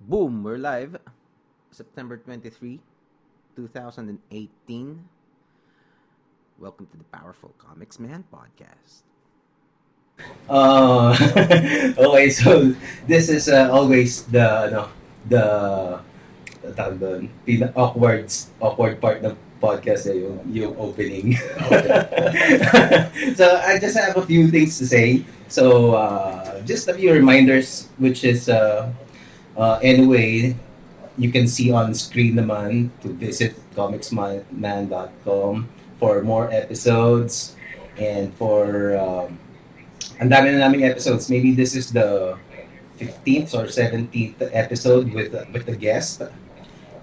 Boom! We're live. September 23, 2018. Welcome to the Powerful Comics Man podcast. Oh, okay. So this is uh, always the ano, the tawag doon, pina awkward awkward part ng podcast eh, yung, yung opening. so I just have a few things to say. So uh, just a few reminders, which is uh, uh, anyway, you can see on screen naman to visit comicsman.com for more episodes and for um, ang dami na naming episodes. Maybe this is the 15th or 17th episode with with the guest.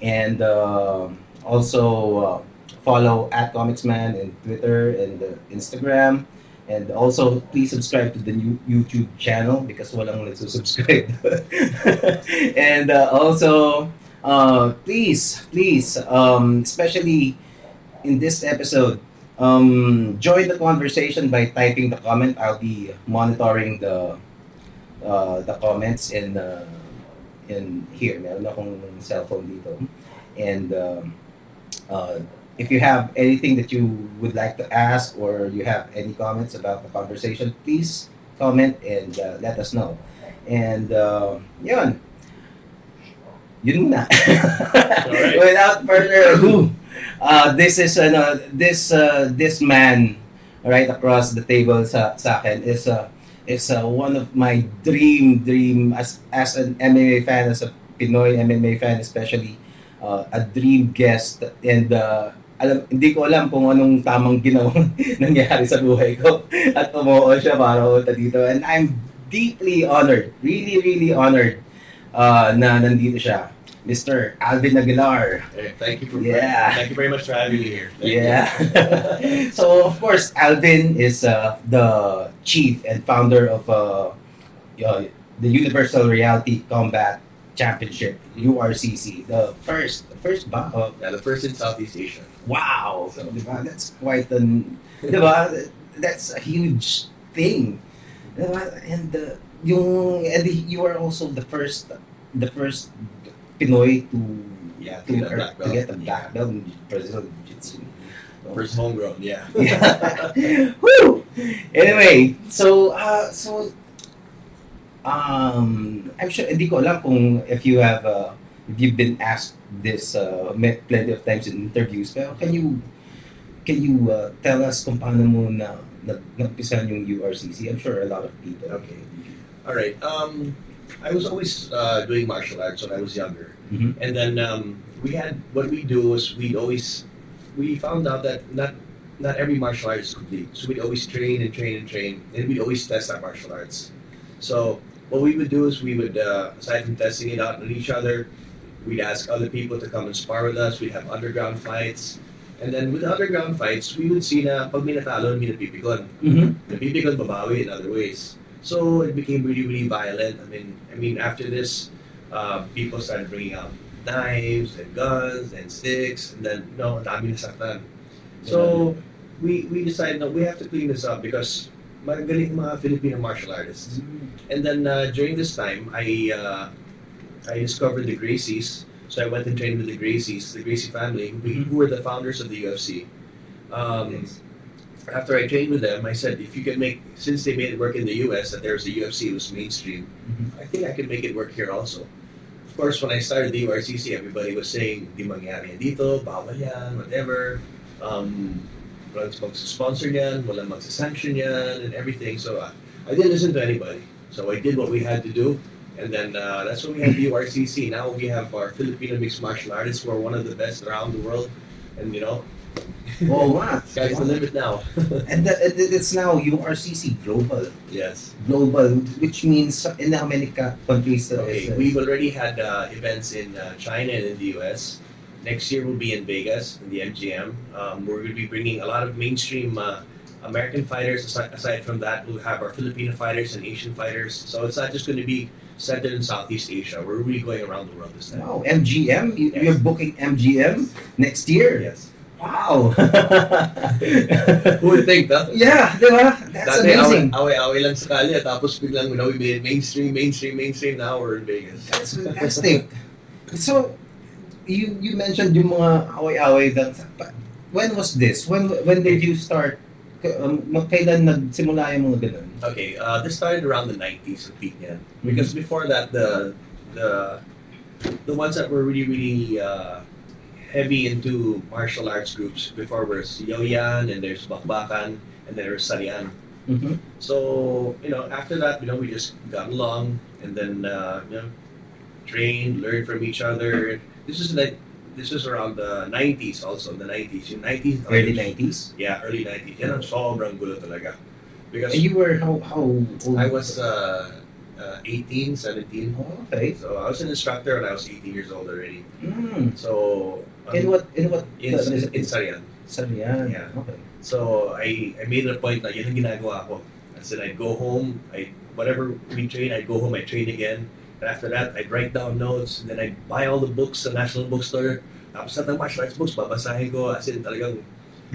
And um also uh, follow at comicsman in Twitter and uh, Instagram. And also, please subscribe to the new YouTube channel because walang nagsusubscribe. and uh, also, uh, please, please, um, especially in this episode, um, join the conversation by typing the comment. I'll be monitoring the uh, the comments in uh, in here. Meron akong cellphone dito. And um, uh, if you have anything that you would like to ask or you have any comments about the conversation, please comment and uh, let us know. And uh, yun. Yun na. Without further ado, uh, this is ano, this uh, this man right across the table sa, sa akin is uh, is uh, one of my dream dream as as an MMA fan as a Pinoy MMA fan especially uh, a dream guest and uh, alam, hindi ko alam kung anong tamang ginawang nangyari sa buhay ko at umuo siya para umunta dito and I'm deeply honored really really honored uh, na nandito siya Mr. Alvin Aguilar Hey, thank you for Yeah. thank you very much for having me here. Thank yeah. so of course, Alvin is uh, the chief and founder of uh, uh, the Universal Reality Combat Championship (URCC), the first, first ba? Uh, you. Yeah, the first in Southeast Asia. wow, So- diba? That's quite an, diba? That's a huge thing, diba? And uh, yung and you are also the first, the first Pinoy to Yeah, to, to get a black to belt. get a black belt in Brazilian Jiu-Jitsu. First homegrown, yeah. Yeah. Woo! Anyway, so uh, so um I'm sure hindi ko alam kung if you have uh, if you've been asked this uh, me- plenty of times in interviews pero can you can you uh, tell us kung paano mo na nag nagpisan yung URCC I'm sure a lot of people Okay. All right. Um, I was always uh, doing martial arts when I was younger, Mhm. and then um, we had what we do was we always we found out that not not every martial arts is complete, so we'd always train and train and train, and we'd always test our martial arts. So what we would do is we would uh, aside from testing it out on each other, we'd ask other people to come and spar with us. We'd have underground fights. And then with the underground fights, we would see na pag may natalo, may napipikon Mhm. nabibigyan babawi in other ways. So it became really, really violent. I mean, I mean, after this, uh, people started bringing out knives and guns and sticks, and then no, dami nasaktan. So we we decided no, we have to clean this up because magaling mga Filipino martial artists. And then uh, during this time, I uh, I discovered the Gracies. So I went and trained with the Gracies, the Gracie family, who, who were the founders of the UFC. Um, After I trained with them, I said, if you can make, since they made it work in the US, that there was the UFC, it was mainstream, I think I can make it work here also. Of course, when I started the URCC, everybody was saying, di mangyari yan dito, bawal yan, whatever. Um, walang magsasponsor yan, walang magsasanction yan, and everything. So uh, I didn't listen to anybody. So I did what we had to do. And then uh, that's when we had the URCC. Now we have our Filipino mixed martial artists who are one of the best around the world. And you know, oh wow sky's the limit now. and that, it- it's now URCC global yes. global which means in how many ka- countries uh, is Okay, it? we've already had uh, events in uh, China and in the U.S. Next year we'll be in Vegas in the MGM. Um, we're going to be bringing a lot of mainstream uh, American fighters. Asi- Aside from that, we'll have our Filipino fighters and Asian fighters. So it's not just going to be centered in Southeast Asia. We're really going around the world this time. Wow, MGM? You, Yes. You're booking MGM next year? Yes. Wow! Who would think that? yeah, di ba? That's Dati, amazing. Away-away lang sa kalye, tapos biglang you know, may mainstream, mainstream, mainstream, now we're in Vegas. That's fantastic. so, you you mentioned yung mga away-away that when was this? When when did you start? K- Um, kailan nagsimula yung mga ganun? Okay, uh, this started around the 90s at peak yan. Because Mm-hmm. before that, the the the ones that were really really uh, heavy into martial arts groups before was Yoyan and there's Bakbakan and there's Sarian. Mhm. So you know, after that, you know, we just got along and then uh, you know, trained, learned from each other. This is like this is around the 90s also the 90s yung 90s Early 90s? yeah early 90s yan ang sobrang gulo talaga because And you were how how old? I was uh, uh, 18, 17. Oh, okay. So I was an instructor when I was 18 years old already. Mm. So um, In what in what? in, in Sarian. Sabi yan. Yeah. Okay. So I, I made it a point na yun ang ginagawa ko. I said I'd go home, I whatever we train, I'd go home, I'd train again. And after that, I'd write down notes, and then I'd buy all the books sa National Bookstore. Tapos lahat ng martial arts books, babasahin ko. As in, talagang,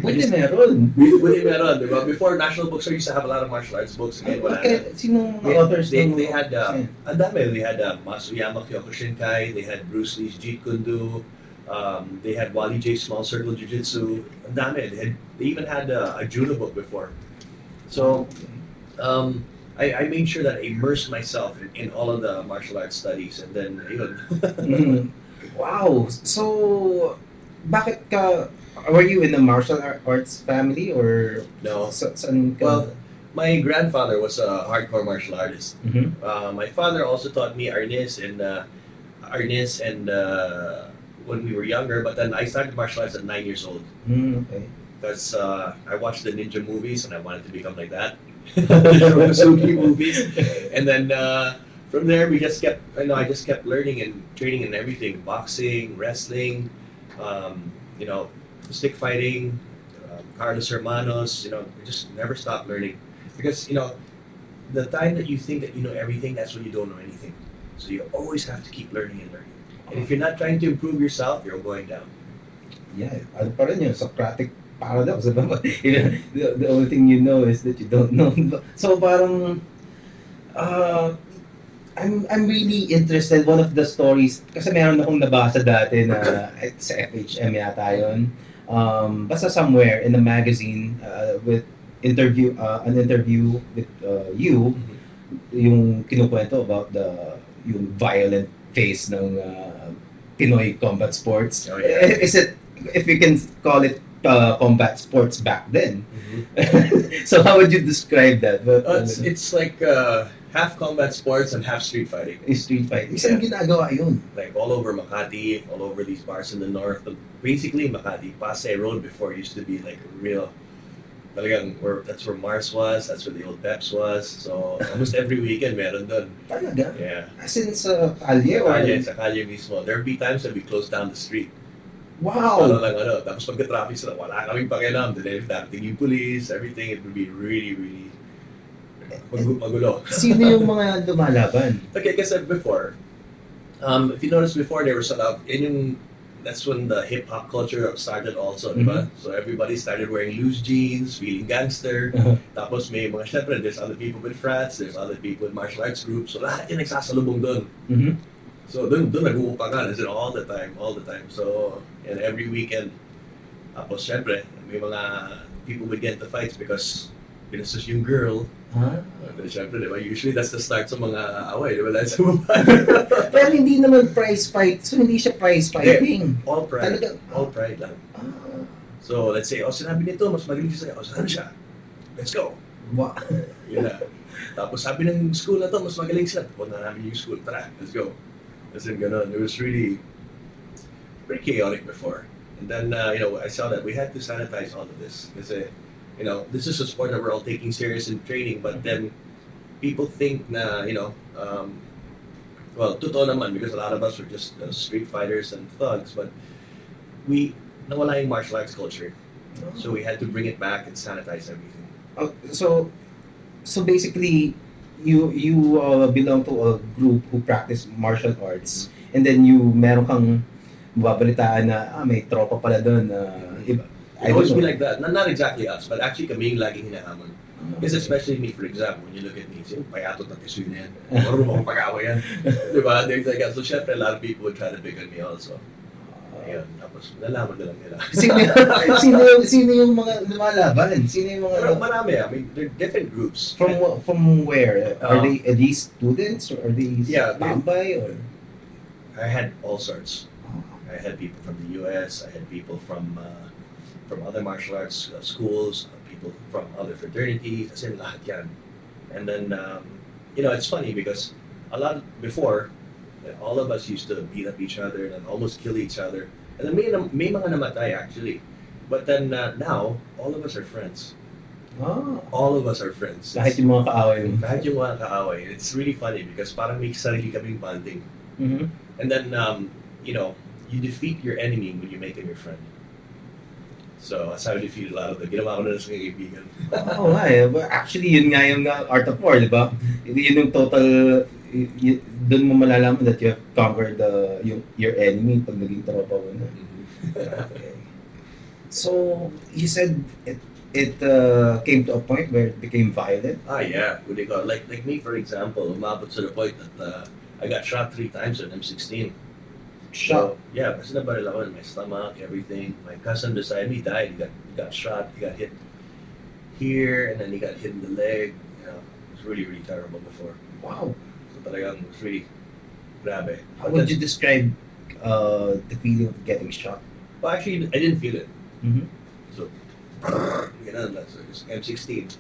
Buti meron. huli meron, di ba? Before National Bookstore, used to have a lot of martial arts books. Ngayon, wala na. Okay, sinong mga They- authors? they- ng- they had, uh, Yeah. Ang dami. They had uh, Masuyama Kyokushinkai, they had Bruce Lee's Jeet Kune Do, um, they had Wally J. Small Circle Jiu Jitsu. Ang dami. They, had, they even had uh, a Judo book before. So um, I, I made sure that I immersed myself in, in all of the martial arts studies. And then, yun. Mm-hmm. Mhm. Wow. So, bakit ka, were you in a martial ar- arts family or no. sa, saan ka? Well, my grandfather was a hardcore martial artist. Mhm. Uh, my father also taught me arnis and uh, arnis and uh, when we were younger. But then I started martial arts at nine years old. Mm, okay. Because uh, I watched the ninja movies and I wanted to become like that. the Masuki movies. And then uh, from there, we just kept, you know, I just kept learning and training and everything boxing, wrestling, um, you know, stick fighting, uh, Carlos Hermanos, you know, I just never stopped learning. Because, you know, the time that you think that you know everything, that's when you don't know anything. So you always have to keep learning and learning. And if you're not trying to improve yourself, you're going down. Yeah, ano pa rin yung Socratic paradox, diba? the, the only thing you know is that you don't know. So parang, uh, I'm I'm really interested, one of the stories, kasi meron akong nabasa dati na at sa FHM yata yun, um, basta somewhere in a magazine uh, with interview, uh, an interview with uh, you, yung kinukwento about the yung violent phase ng uh, Pinoy combat sports. Oh, yeah. Is it if we can call it uh, combat sports back then? so how would you describe that? Well, Uh, it's, it's like uh, half combat sports and half street fighting. street fighting. Saan ginagawa yun? Like all over Makati, all over these bars in the north. But basically, Makati, Pasay Road before used to be like a real. Talagang where, that's where Mars was, that's where the old Peps was. So almost every weekend meron dun. Talaga? Yeah. As in sa kalye? Sa or- kalye, sa kalye mismo. There'd be times that we closed down the street. Ano Wow! lang ano. Tapos pagka-traffic sila, wala kaming pakialam. Dahil darating yung police, everything. It would be really, really mag- magulo. Sino yung mga lumalaban? Okay, like I said before, um, if you noticed before, they were set up in yung- that's when the hip hop culture started also, di ba? So everybody started wearing loose jeans, feeling gangster. Uh-huh. Tapos may mga syempre, there's other people with frats, there's other people with martial arts groups. So lahat yung nagsasalubong dun. Mhm. So dun, dun nag-uupakan. Is it all the time, all the time. So, and every weekend. Tapos syempre, may mga people would get into fights because pinasas yung girl. Ah. Uh, Siyempre, di ba? Usually, that's the start sa mga away, di ba? That's sa babae. Pero hindi naman prize fight. So hindi siya prize fighting. All pride. Talaga. All pride lang. Ah. So, let's say, oh, sinabi nito, mas magaling siya sa'yo. Oh, saan siya? Let's go. Wow. Yun na. Tapos sabi ng school na to, mas magaling sila. Punta na namin yung school. Tara, let's go. As in, ganun. It was really, pretty chaotic before. And then, uh, you know, I saw that we had to sanitize all of this. Kasi, you know, this is a sport that we're all taking serious in training, but then people think na, you know, um, well, totoo naman because a lot of us were just uh, street fighters and thugs, but we, nawala yung martial arts culture. So we had to bring it back and sanitize everything. Oh, so so basically you you uh, belong to a group who practice martial arts and then you meron kang mababalitaan na ah, may tropa pala doon na iba, I always don't been know. like that. Not, not exactly us, but actually kaming laging hinahamon. Because especially me, for example, when you look at me, say, payatot na piso yun yan. Marunong akong pag-away yan. diba? There's like, so syempre, a lot of people would try to pick on me also. Ah. Ayun, tapos nalaman na lang nila. sino, sino, yung- sino yung mga lumalaban? Sino yung mga... Pero marami, I mean, they're different groups. From wh- from where are Uh, they? Are these students or are these Yeah, they- Tambay or? I had all sorts. I had people from the U.S. I had people from uh, from other martial arts uh, schools. uh, People from other fraternities. I said lahat yan. And then um, you know it's funny because a lot before uh, all of us used to beat up each other and almost kill each other. And then may nam- may mga namatay actually. But then uh, now all of us are friends. Oh. All of us are friends. Kahit yung mga kaaway mo. Kahit yung mga kaaway, it's really funny because parang may sarili kaming bonding. Mhm. And then, um, you know, you defeat your enemy when you make him your friend. So that's how I defeated a lot of the ginawa ko na sa mga kaibigan. Oo nga eh. But Actually, yun nga yung uh, Art of War, di ba? Yun yung total, y- y- doon mo malalaman that you have conquered the, yung, your enemy pag naging tropa mo na. Okay. So, you said it, it uh, came to a point where it became violent. ah, yeah. What do you call it? Like, like me, for example, umabot to the point that uh, I got shot three times at M16. So, yeah, kasi nabaril ako in my stomach, everything. My cousin beside me died. He got, he got shot. He got hit here, and then he got hit in the leg. You know, it was really, really terrible before. Wow. So talagang, it was really grabe. How would you describe uh, the feeling of getting shot? Well, actually, I didn't feel it. Mhm. Mm-hmm. So, ganun lang. So, it's M16.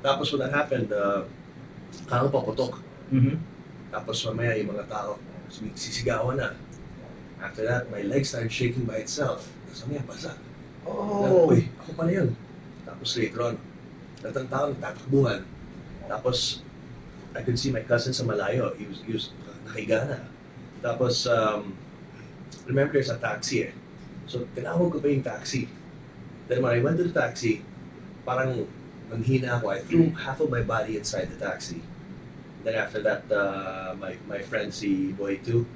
Tapos when that happened, uh, parang paputok. Mm-hmm. Tapos mamaya yung mga tao, sisigawan na. After that, my leg started shaking by itself. Tapos mamaya, basa. Oh. Uy, ako pala yun. Tapos later on, lahat ng tao nagtatakbuhan. Tapos, I could see my cousin sa malayo. He was, he was nakahiga na. Tapos, um, remember there's a taxi eh. So, tinawag ko pa yung taxi. Then when I went to the taxi, parang nanghina ako. I threw half of my body inside the taxi. Then after that, uh, my, my friend si Boy 2,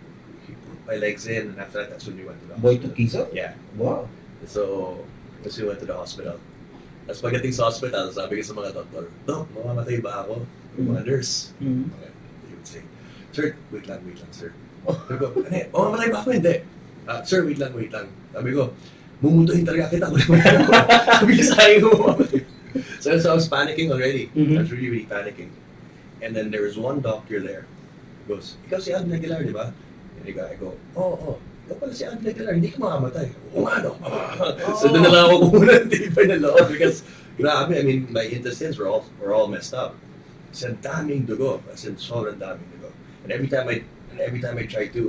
he put my legs in and after that, that's when we went to the Boy to hospital. Kiso? Yeah. Wow. So, kasi we went to the hospital. Tapos pagdating sa hospital, sabi ko sa mga doktor, Dok, mamamatay ba ako? Yung mga nurse, Mhm. they would say, Sir, wait lang, wait lang, sir. Sabi ko, ano eh, mamamatay ba ako? Hindi. "Ah, sir, wait lang, wait lang. Sabi ko, mumuntuhin talaga kita. Wala mo tayo." sabi ko sa akin, mamamatay. So, so I was panicking already. Mhm. I was really, really panicking. And then there was one doctor there. He goes, ikaw si Admiral Aguilar, di ba? And I go, I go, oo, oh, oo. Ikaw pala si Admiral Aguilar, hindi ka makamatay. Oo nga, no. so doon na lang ako kumuna ng tibay ng loob because, grabe, I mean, my intestines were all, were all messed up. Kasi ang daming dugo. As in, sobrang daming dugo. And every time I, and every time I try to,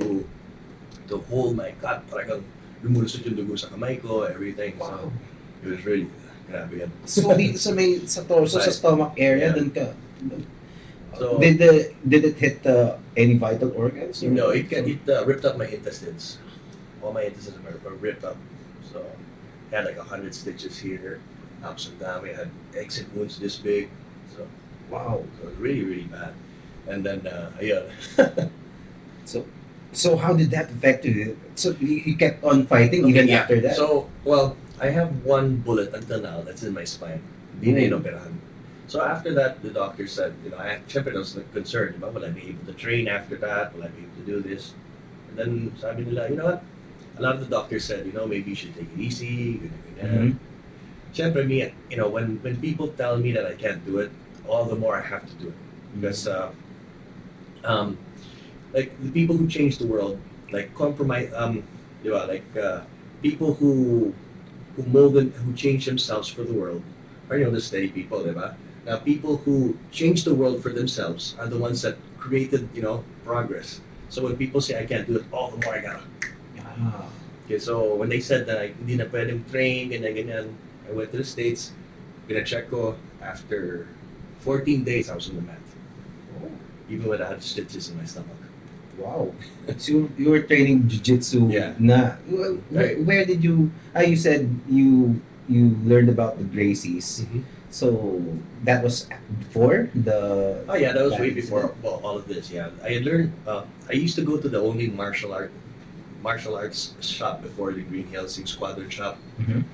to hold my cut, parang lumulusot yung dugo sa kamay ko, everything. So, Wow. it was really, grabe yan. So dito sa may sa torso sa stomach area Yeah. dun ka. So- did the did it hit uh, any vital organs? or- No, it, got- it uh, ripped up my intestines. All my intestines were, were ripped up. So I had like 100 stitches here, ups and down. I had exit wounds this big. So, Wow. so it was really, really bad. And then, uh, yeah. So how did that affect you? So you, you kept on fighting even Yeah. after that. So, well, I have one bullet until now that's in my spine. Hindi na inoperahan. So after that, the doctor said, you know, I, syempre I was like, concerned, diba? will I be able to train after that? Will I be able to do this? And then sabi nila, you know what? A lot of the doctors said, you know, maybe you should take it easy, ganyan, ganyan. Mhm. Siyempre, me, you know, when, when people tell me that I can't do it, all the more I have to do it. Because, uh, um, like, the people who change the world, like, compromise, um, di ba, like, uh, people who, who mold and who change themselves for the world are, you know, the steady people, di ba? Now, people who change the world for themselves are the ones that created, you know, progress. So when people say I can't do it, all the more I gotta Ah. Okay, so when they said that I hindi na pwedeng train, ganyan, ganyan, I went to the States, pinacheck ko, after 14 days, I was on the mat. Even when I had stitches in my stomach. Wow. So you, you were training jiu-jitsu Yeah. na. Wh- Where, Right. where did you ah, you said you you learned about the Gracies. Mhm. So that was before the Oh yeah, that was way Right. before well, all of this, yeah. I had learned, uh, I used to go to the only martial art martial arts shop before the Green Hills, yung Squadron Shop. Mhm.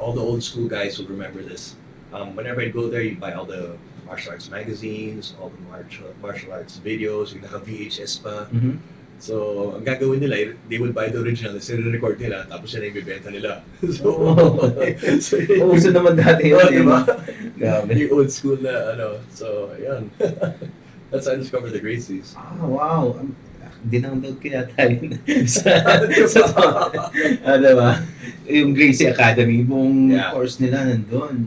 all the old school guys will remember this. Um, whenever I go there, you buy all the martial arts magazines, all the martial, martial arts videos, yung naka VHS pa. Mhm. So, ang gagawin nila, they would buy the original, tapos record nila, tapos yan ang ibibenta nila. so, Oh. so, Oo, Uso naman dati yun, Oh, di ba? diba? Grabe. Yung old school na, ano, so, yun. That's how I discovered the Gracies. Ah, wow. Dinownload ko yata yun. sa, sa, ah, diba? Yung Gracie Academy, buong Yeah. course nila nandun.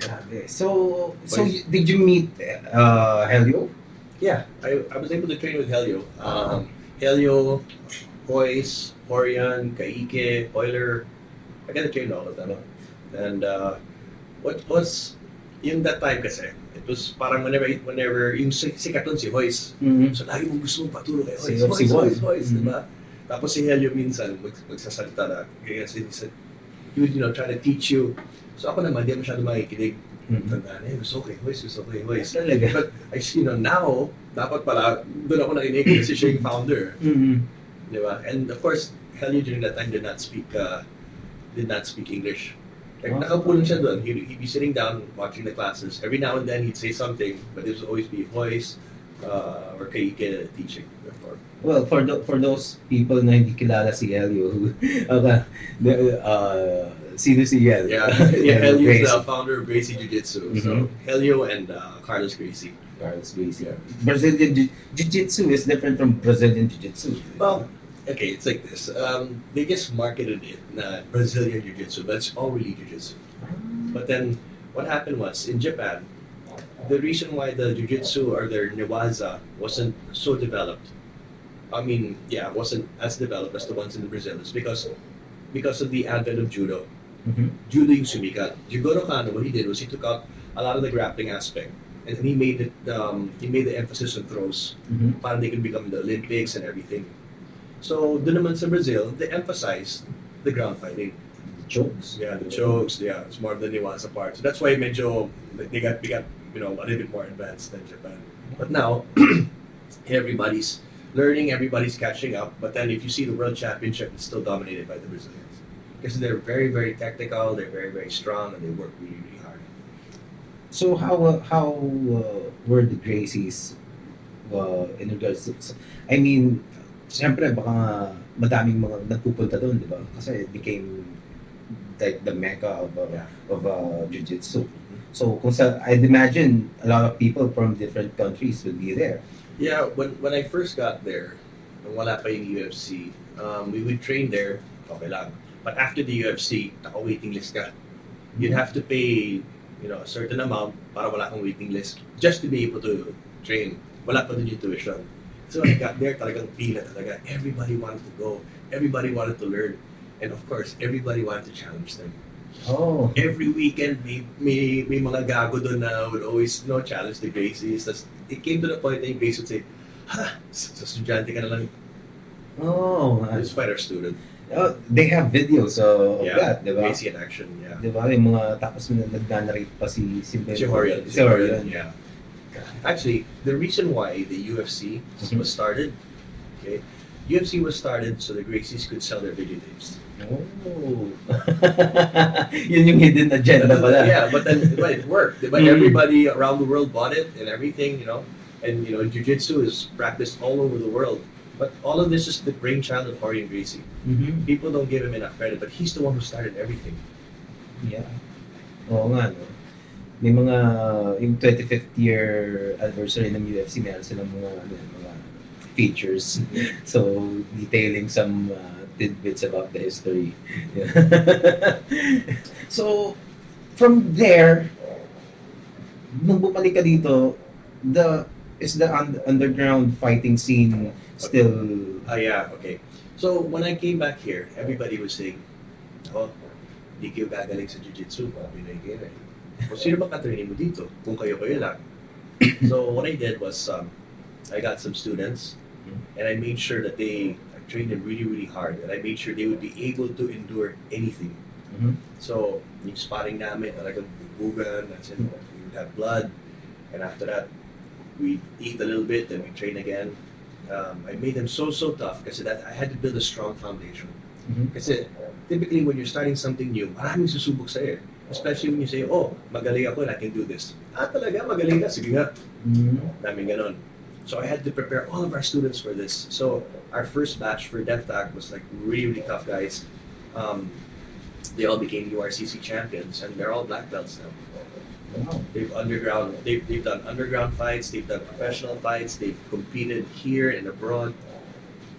Grabe. So, so Boys. did you meet uh, Helio? Yeah, I, I was able to train with Helio. Um, Helio, Hoyce, Horian, Kaike, Euler. I got to train all of them. And uh, what was, yung that time kasi, it was parang whenever, whenever, yung si- sikat nun si Hoyce, mm So lagi mong gusto mong patulog kay Si- Hoyce, si Hoyce, Juan. Hoyce, Hoyce, Mhm. diba? Tapos si Helio minsan, mag, magsasalita na, kaya si, he said, he would, you know, try to teach you. So ako naman, di ako masyado makikinig. Tandaan, eh, gusto ko kay Hoyce, gusto ko kay Mm. Hoyce. Talaga. But, I, you know, now, dapat pala, doon ako nakinig kasi siya yung founder, mm di ba? And of course, Helio during that time did not speak, uh, did not speak English. Like, Wow. nakapulang siya doon. He'd, he'd be sitting down, watching the classes. Every now and then, he'd say something, but it would always be Hoyce uh, or Kaike teaching. Or Well, for tho- for those people na hindi kilala si Helio, who, okay, the, uh, sino si Helio? Yeah, yeah, Helio's Gracie. the founder of Gracie Jiu Jitsu. Mhm. So Helio and uh, Carlos Gracie. Carlos Gracie. Brazilian Jiu- Jiu-Jitsu is different from Brazilian Jiu-Jitsu. Well, okay, it's like this. Um, they just marketed it uh, Brazilian Jiu Jitsu, but it's all really Jiu Jitsu. But then what happened was in Japan, the reason why the Jiu Jitsu or their Niwaza wasn't so developed, I mean, yeah, wasn't as developed as the ones in Brazil, is because because of the advent of Judo. Mhm. Judo yung sumikat. Jigoro Kano, what he did was he took out a lot of the grappling aspect, and he made it. Um, he made the emphasis on throws. Mhm. Parang they could become the Olympics and everything. So, dun naman sa Brazil, they emphasized the ground fighting. Jokes. Yeah, the chokes. Yeah, it's more of the nuance part. So that's why medyo they got they got you know a little bit more advanced than Japan. But now everybody's learning, everybody's catching up. But then if you see the World Championship, it's still dominated by the Brazilians because they're very very technical, they're very very strong, and they work really really hard. So how uh, how uh, were the Gracies uh, in regards to, I mean, siyempre baka nga madaming mga nagpupunta doon, di ba? Kasi it became like the mecca of uh, Yeah. of uh, jiu-jitsu. So kung sa, I'd imagine a lot of people from different countries will be there. Yeah, when when I first got there, nung wala pa yung UFC, um, we would train there, okay lang. But after the UFC, naka waiting list ka. You'd have to pay, you know, a certain amount para wala kang waiting list just to be able to train. Wala pa dun yung tuition. So when I got there, talagang pila talaga. Everybody wanted to go. Everybody wanted to learn. And of course, everybody wanted to challenge them. Oh. Every weekend, may, may, may mga gago doon na would always, you know, challenge the Gracies. Tas it came to the point na yung Gracie would say, Ha! Sa sa estudyante ka na lang. Oh, man. This fighter student. Oh, they have videos uh, of Yeah. that, di ba? Gracie in action, yeah. Di ba? Yung mga tapos na- nag-narrate pa si si Ben. Si Horian. Si Horian. Yeah. Actually, the reason why the UFC Mhm. was started, okay, UFC was started so the Gracies could sell their videotapes. Oh. Yun yung hidden agenda pala. Yeah, uh, but then but it worked. But Mm. everybody around the world bought it and everything, you know. And you know, jujitsu is practiced all over the world. But all of this is the brainchild of Horian Gracie. Mhm. People don't give him enough credit, but he's the one who started everything. Yeah. Oo nga, no? May mga, yung 25th year anniversary ng UFC, meron silang mga, ano, mga features. Mm-hmm. so, detailing some uh, tidbits about the history. Yeah. so, from there, nung bumalik ka dito, the, is the un- underground fighting scene still Ah, yeah, okay. So when I came back here, everybody was saying, oh, di kayo gagaling sa jujitsu. Sabi na yung eh. O sino ba katraining mo dito? Kung kayo-kayo lang. so what I did was, um, I got some students and I made sure that they, I trained them really, really hard and I made sure they would be able to endure anything. Mhm. So, yung sparring namin, talagang bubugan, as in, we have blood. And after that, we eat a little bit, then we train again. Um, I made them so, so tough kasi that I had to build a strong foundation. Mhm. Kasi typically when you're starting something new, maraming susubok sa'yo. eh. Especially when you say, oh, magaling ako and I can do this. Ah, talaga, magaling ka? Sige nga. Daming ganon. So I had to prepare all of our students for this. So our first batch for DevTac was like really, really tough guys. Um, they all became URCC champions and they're all black belts now. They've underground, they've, they've done underground fights, they've done professional fights, they've competed here and abroad.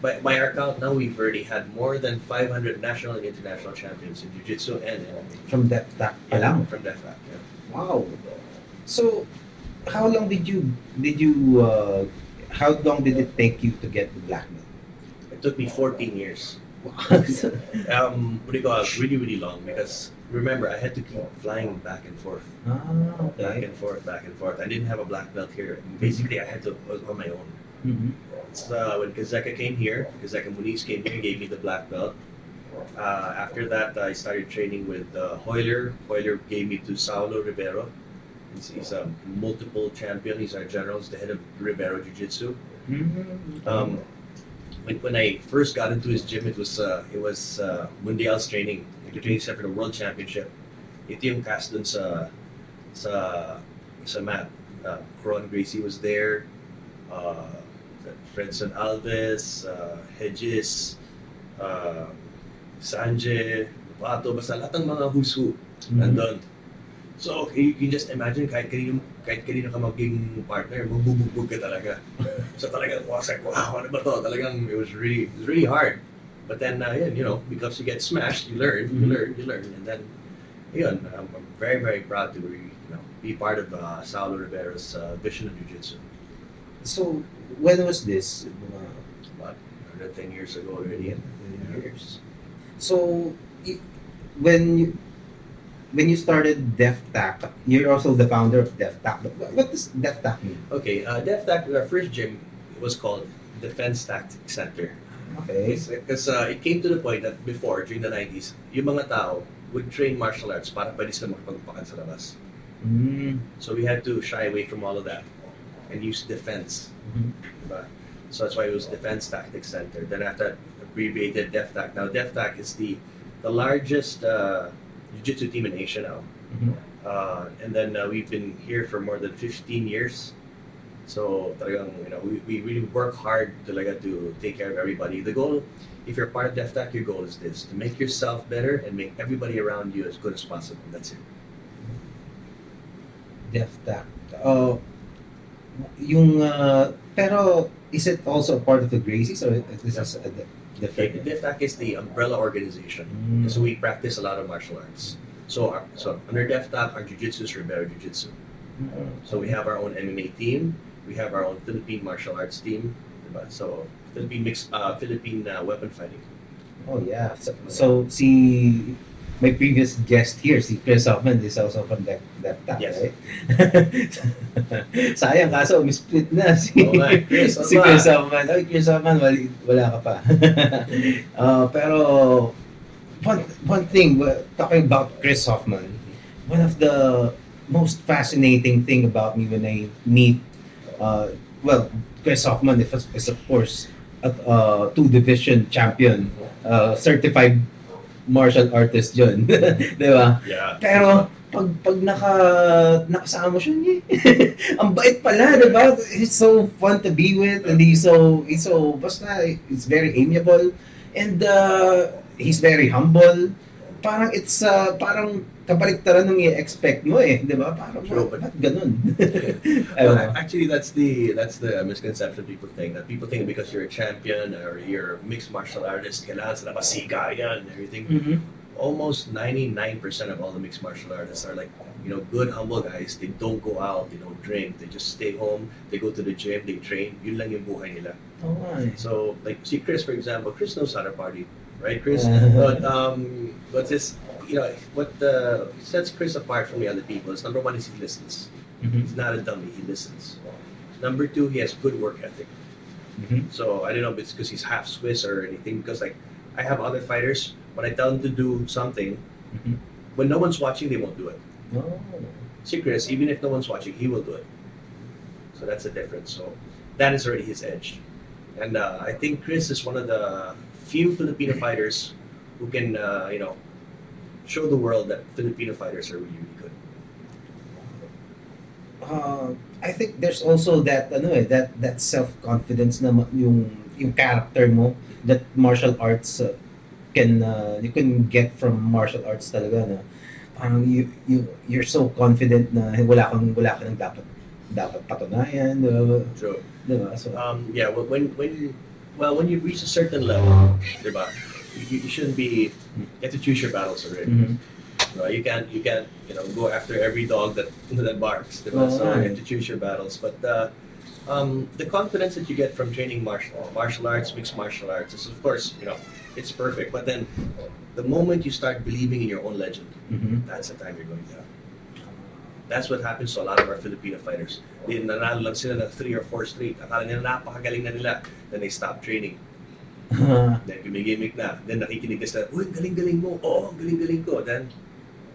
By, by our count, now we've already had more than 500 national and international champions in Jiu-Jitsu and MMA. From that, that pa lang. From DevTac, yeah. Wow. So, how long did you, did you, uh, how long did it take you to get the black belt? It took me 14 years. Wow. um, what do you call it? Really, really long because remember, I had to keep flying back and forth, ah, back okay. and forth, back and forth. I didn't have a black belt here. Basically, I had to I was on my own. Mhm. So when Kazeka came here, Kazeka Muniz came here and gave me the black belt. Uh, after that, I started training with uh, Hoyler. Hoyler gave me to Saulo Ribeiro. He's, he's a multiple champion. He's our general. He's the head of Ribeiro Jiu Jitsu. Mhm. Um, when, when I first got into his gym, it was uh, it was uh, Mundial's training. Nag-train siya for the World Championship. Ito yung cast dun sa sa sa mat. Uh, Cron Gracie was there. Uh, Fredson Alves, uh, Hedges, uh, Sanjay, Bato, basta lahat ng mga who's who Mm-hmm. uh, nandun. So, you can just imagine, kahit kanino, kahit kanino ka maging partner, mabubugbog ka talaga. so talagang, I was like, wow, ano ba to? Talagang, it was really, it was really hard. But then, uh, yun, you know, because you get smashed, you learn, Mhm. you learn, you learn. And then, yun, I'm, I'm very, very proud to be, you know, be part of uh, Saulo Rivera's uh, vision of Jiu-Jitsu. So, when was this? Mga- About 10 years ago already. Mm-hmm. and- Years. So, y- when you when you started DefTac, you're also the founder of DefTac. But What does DefTac mean? Okay, uh, Def Tac, our first gym was called Defense Tactics Center. Okay. Because uh, it came to the point that before, during the 90s, yung mga tao would train martial arts para pwede sila makapagpakan sa labas. Mm. So we had to shy away from all of that and use defense. Mhm. Diba? So that's why it was Defense Tactics Center. Then after that, abbreviated DEFTAC. Now, DEFTAC is the, the largest uh, jiu-jitsu team in Asia now. Mhm. Uh, and then uh, we've been here for more than 15 years. So talagang, you know, we, we really work hard talaga to take care of everybody. The goal, if you're part of DEFTAC, your goal is this, to make yourself better and make everybody around you as good as possible. That's it. DefTac. Uh, yung uh, pero is it also part of the Gracies or this is a de- different? DEFTAC is the umbrella organization. Mm. So we practice a lot of martial arts. So our, so under DefTap, our jiu-jitsu is Ribeiro Jiu-Jitsu. So we have our own MMA team. We have our own Philippine martial arts team. diba? So Philippine mix, uh, Philippine uh, weapon fighting. Oh yeah. So, so si my previous guest here, si Chris Hoffman, is also from that that time, Yes. right? Sayang kaso umisplit na si Oo nga, Chris, ano si ba? Chris Hoffman. Oy, Chris Hoffman, wali, wala ka pa. uh, pero one one thing we're talking about Chris Hoffman, one of the most fascinating thing about me when I meet uh, well, Chris Hoffman is, is of course a uh, two division champion, uh, certified martial artist yun. Di ba? Yeah. Pero pag pag naka nakasama mo siya, eh. ang bait pala, di ba? He's so fun to be with and he's so he's so basta he's very amiable and uh, he's very humble. Parang it's uh, parang kabaliktaran nung i-expect mo eh, di ba? Parang True. ba't ganun? Ewan Well, ko. a- actually, that's the that's the misconception people think that people think because you're a champion or you're a mixed martial artist, kailangan sila masiga yan and everything. Mhm. almost 99% of all the mixed martial artists are like you know good humble guys they don't go out they don't drink they just stay home they go to the gym they train yun lang yung buhay nila Oo nga eh. so like see Chris for example Chris knows how to party right Chris Uh-huh. but um what's this you know what uh, sets Chris apart from the other people is number one is he listens Mhm. he's not a dummy he listens number two he has good work ethic Mhm. so I don't know if it's because he's half Swiss or anything. Because like I have other fighters, when I tell them to do something, Mhm. when no one's watching, they won't do it. No. See, Chris, even if no one's watching, he will do it. So that's the difference. So that is already his edge, and uh, I think Chris is one of the few Filipino fighters who can uh, you know show the world that Filipino fighters are really really good. uh, I think there's also that ano eh, that that self-confidence na ma- yung yung character mo that martial arts uh, can uh, you can get from martial arts talaga na parang you, you you're so confident na wala kang wala ka nang dapat dapat patunayan uh, So diba so um, yeah, wh- when when well when you reach a certain level, diba, you, you shouldn't be you have to choose your battles already. mhm. Right? You can't you can't you know go after every dog that that barks. diba? Oo so nga eh. you have to choose your battles. But uh, um, the confidence that you get from training martial martial arts, mixed martial arts, is of course you know it's perfect. But then the moment you start believing in your own legend, mhm. that's the time you're going down. That's what happens to a lot of our Filipino fighters. They nanalo lang sila ng three or four straight. Akala nila napakagaling na nila. Then they stop training. mm-hmm. Then gimmick na. Then nakikinig ka sila, Uy, ang galing-galing mo. Oo, ang galing-galing ko. Then,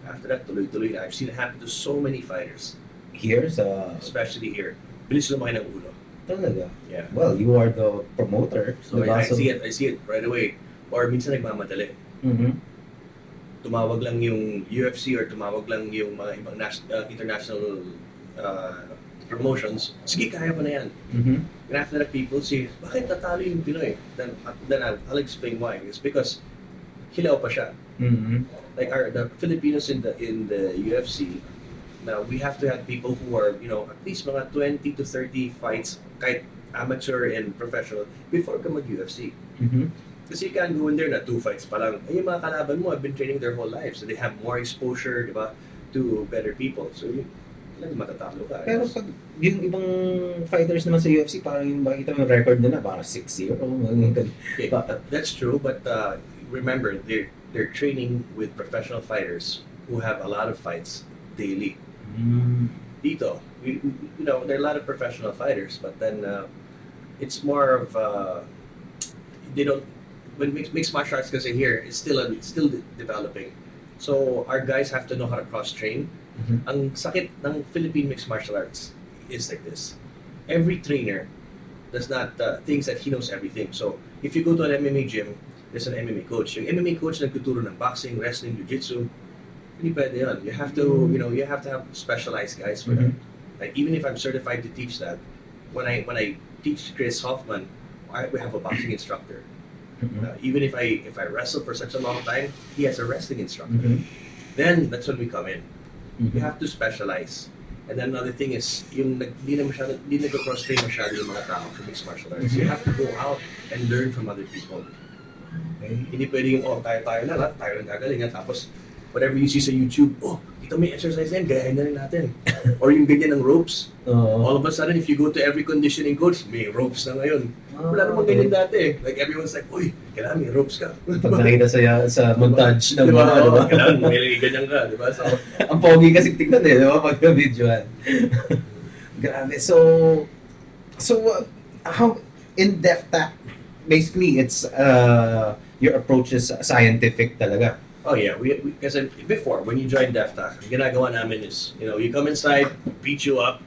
after that, tuloy-tuloy na. I've seen it happen to so many fighters, here sa especially here. Bilis lumaki ng ulo. talaga Yeah. well you are the promoter So diba? I, I see it, I see it right away. Or minsan nagmamadali. mhm. Tumawag lang yung UFC or tumawag lang yung mga ibang nas- uh, international uh, promotions. Sige, kaya mo na yan. Mhm. And after that, people say, bakit natalo yung Pinoy? Then, then I'll, I'll explain why. It's because hilaw pa siya. Mhm. Like our the Filipinos in the in the UFC, now we have to have people who are you know at least mga 20 to 30 fights, kahit amateur and professional, before ka mag UFC. Mhm. Kasi you can go in there na two fights pa lang. Eh, yung mga kalaban mo have been training their whole life, so they have more exposure, di ba, to better people. So yun, talagang matatalo ka. Pero pag yung ibang fighters naman sa UFC, parang yung makikita mo yung record nila, parang 6-0. mga ganun. Okay, but that's true, but uh, remember they're they're training with professional fighters who have a lot of fights daily. Mm-hmm. Dito, we, we- you know, there are a lot of professional fighters, but then uh, it's more of uh, they don't when mixed, mixed martial arts kasi here it's still it's still de- developing. So our guys have to know how to cross train. Mhm. Ang sakit ng Philippine mixed martial arts is like this. Every trainer does not uh, thinks that he knows everything. So if you go to an MMA gym, there's an MMA coach. Yung MMA coach nagtuturo ng boxing, wrestling, jiu-jitsu, hindi pwede yun. You have to, you know, you have to have specialized guys for that. Like even if I'm certified to teach that, when I when I teach Chris Hoffman, I, we have a boxing instructor. Mhm. Uh, even if I if I wrestle for such a long time, he has a wrestling instructor. Mhm. Then that's when we come in. Mhm. You have to specialize. And then another thing is, yung nag, di na masyado, di nag-cross train masyado yung mga tao from mixed martial arts. You have to go out and learn from other people. Okay. Hindi pwede yung, oh, tayo-tayo na lang, tayo lang gagalingan. Tapos, whatever you see sa YouTube, oh, ito may exercise na yan, gayahin na rin natin. Or yung ganyan ng ropes. Oo. All of a sudden, if you go to every conditioning coach, may ropes na ngayon. Wala Ah. namang ganyan dati. eh. Like, everyone's like, uy, kailangan may ropes ka. Pag nakita sa, sa montage ng Di ba? mga, ano Oo, ba? Kailangan may Diba? ganyan ka, di ba? So, Ang pogi kasi tignan eh, diba? Pag videoan. Grabe. So, so uh, how in depth basically it's uh, your approach is scientific talaga. Oh yeah, we because before when you join DefTac, ang ginagawa namin is, you know, you come inside, beat you up,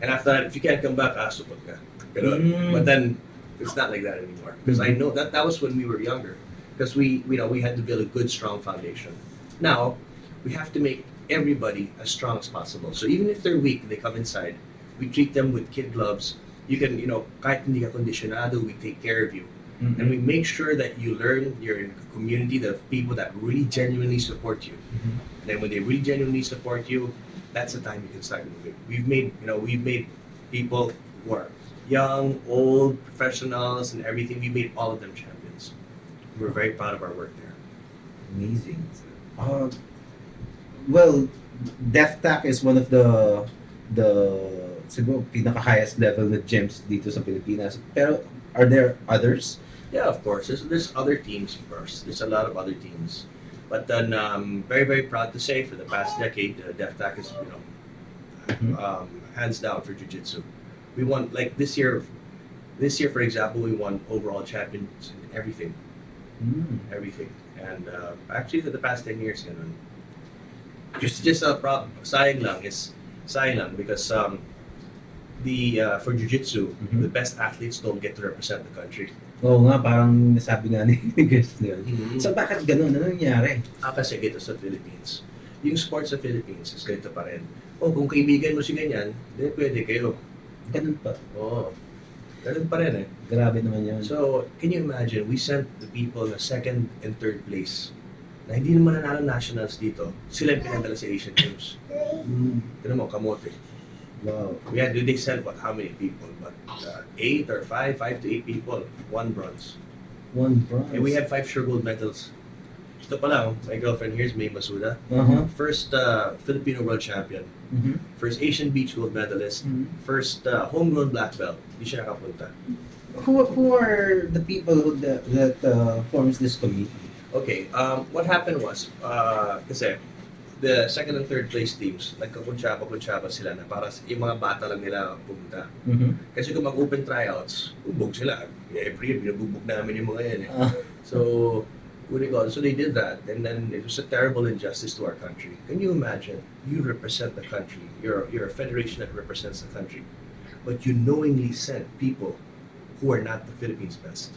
and after that, if you can't come back, ah, supot ka. Ganun. Mm. But then it's not like that anymore because I know that that was when we were younger because we you know we had to build a good strong foundation. Now we have to make everybody as strong as possible. So even if they're weak, they come inside. We treat them with kid gloves. You can you know kahit hindi ka conditionado, we take care of you and we make sure that you learn you're in a community of people that really genuinely support you and then when they really genuinely support you that's the time you can start moving we've made you know we've made people who are young old professionals and everything we made all of them champions we're very proud of our work there Amazing. Uh, well, Death Tack is one of the the siguro pinaka highest level na gyms dito sa Pilipinas. Pero are there others? Yeah, of course. There's, there's other teams, of course. There's a lot of other teams. But then I'm very, very proud to say for the past decade, uh, DefTac is, you know, Mhm. um, hands down for Jiu-Jitsu. We won, like this year, this year, for example, we won overall champions in everything, everything. And uh, actually, for the past 10 years, you know, just, just a problem. Sayang lang is sayang lang because um, the, uh, for Jiu-Jitsu, Mhm. the best athletes don't get to represent the country. Oo nga, parang nasabi nga ni guest na yun. So bakit ganun? Ano nangyari? Ah, kasi dito sa Philippines, yung sports sa Philippines is ganito pa rin. Oh, kung kaibigan mo si ganyan, then pwede kayo. Ganun pa. Oo. Ganun pa rin eh. Grabe naman yun. So, can you imagine, we sent the people na second and third place na hindi naman nanalo nationals dito. Sila yung pinadala sa Asian Games. Mm, Tinan mo, kamote. wow. We had, they sent what, how many people? But uh, eight or five, five to eight people, one bronze. One bronze. And we had five sure gold medals. Ito pa lang, my girlfriend here is May Masuda. Uh-huh. First uh, Filipino world champion. Mhm. First Asian beach gold medalist. First uh, homegrown black belt. Hindi siya nakapunta. Who, who are the people who the, that uh, forms this committee? Okay, um, what happened was, uh, kasi, the second and third place teams, nagkakuntsaba-kuntsaba sila na para sa- yung mga bata lang nila pumunta. Mm-hmm. Kasi kung mag-open tryouts, bubog sila. Every year, binabubog namin yung mga yan. Eh. Ah. So, what do you call it? So they did that, and then it was a terrible injustice to our country. Can you imagine? You represent the country. You're, you're a federation that represents the country. But you knowingly sent people who are not the Philippines best.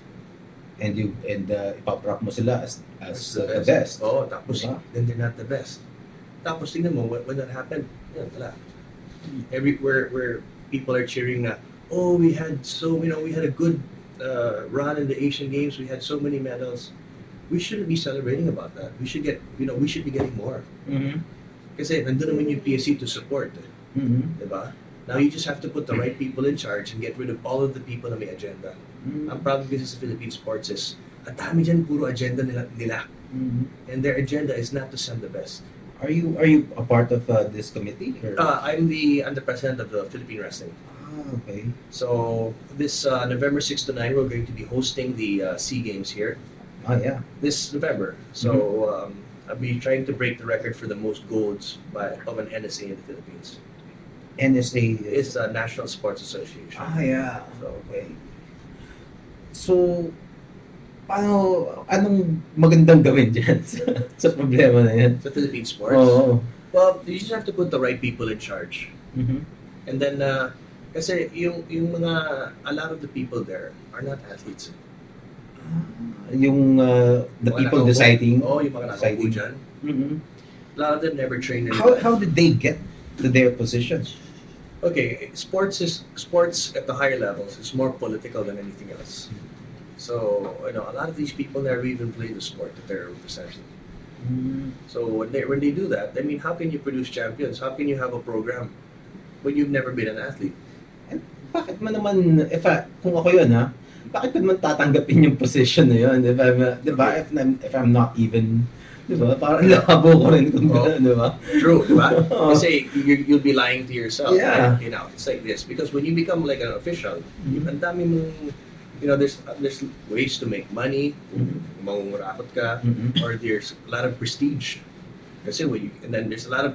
And you and uh, ipaprop mo sila as, as That's uh, the best. Oo, Oh, tapos Diba? then they're not the best. Tapos tingnan mo, when, when that happened, yan, wala. Every, where, where people are cheering na, oh, we had so, you know, we had a good uh, run in the Asian Games, we had so many medals. We shouldn't be celebrating about that. We should get, you know, we should be getting more. Mm-hmm. Kasi nandun naman yung PSC to support, eh, Mm-hmm. di ba? Now you just have to put the right people in charge and get rid of all of the people na may agenda. Mm-hmm. Um, Ang problem kasi sa Philippine sports is, ang dami dyan puro agenda nila, nila Mhm. and their agenda is not to send the best. Are you are you a part of uh, this committee? Or? Uh, I'm the I'm the president of the Philippine Wrestling. ah, okay. So this uh, November 6 to 9, we're going to be hosting the uh, Sea Games here Ah, yeah. this November. So Mm-hmm. um, I'll be trying to break the record for the most golds by of an NSA in the Philippines. NSA is... It's a National Sports Association. Ah, yeah. So Okay. So, paano, anong magandang gawin dyan sa, sa problema na yan? the Philippine sports. Oo. Well, you just have to put the right people in charge. Mhm. And then, uh, kasi yung, yung mga, a lot of the people there are not athletes. Yung uh, the Mga people nakaupo. deciding. Oo, yung mga nakaupo Deciding. dyan. Mhm. A lot of them never trained. in How, life. how did they get to their positions? Okay, sports is sports at the higher levels is more political than anything else. So you know, a lot of these people never even play the sport that they're representing. So when they when they do that, I mean, how can you produce champions? How can you have a program when you've never been an athlete? Eh, Bakit man naman, if I, kung ako yun ha, bakit ko naman tatanggapin yung position na yun? If I'm, uh, di ba, if, I'm, if I'm not even, di ba, parang labo ko rin kung Oo. gano'n, di ba? Oh. Oh. True, right? Oo. Say you, you'll be lying to yourself. Yeah. You know, it's like this because when you become like an official, you ang dami mong, you know, there's there's ways to make money. Mhm. Mangungurapat ka. Mhm. or there's a lot of prestige. Kasi when you, and then there's a lot of,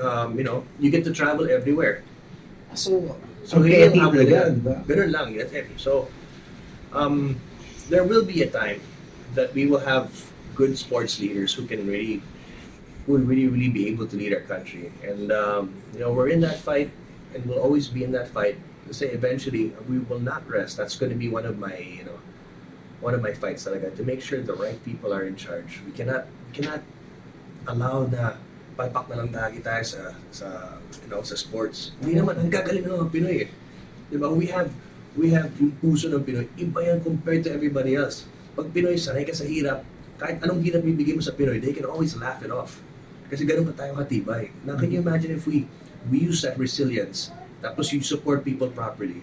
um, you know, you get to travel everywhere. So, So Ang yun creative ang habol talaga, yan. di ba? Ganun lang, that's it. So, um, there will be a time that we will have good sports leaders who can really, who will really, really be able to lead our country. And, um, you know, we're in that fight and we'll always be in that fight. Say eventually we will not rest. That's going to be one of my, you know, one of my fights that I got to make sure the right people are in charge. We cannot, we cannot allow na palpak na lang lagi tayo sa, sa, you know, sa sports. Hindi naman, ang gagaling ng mga Pinoy eh. Di ba? We have, we have yung puso ng Pinoy. Iba yan compared to everybody else. Pag Pinoy, sanay ka sa hirap. Kahit anong hirap ibigay mo sa Pinoy, they can always laugh it off. Kasi ganun pa tayo katibay. Now, can you imagine if we, we use that resilience, tapos you support people properly?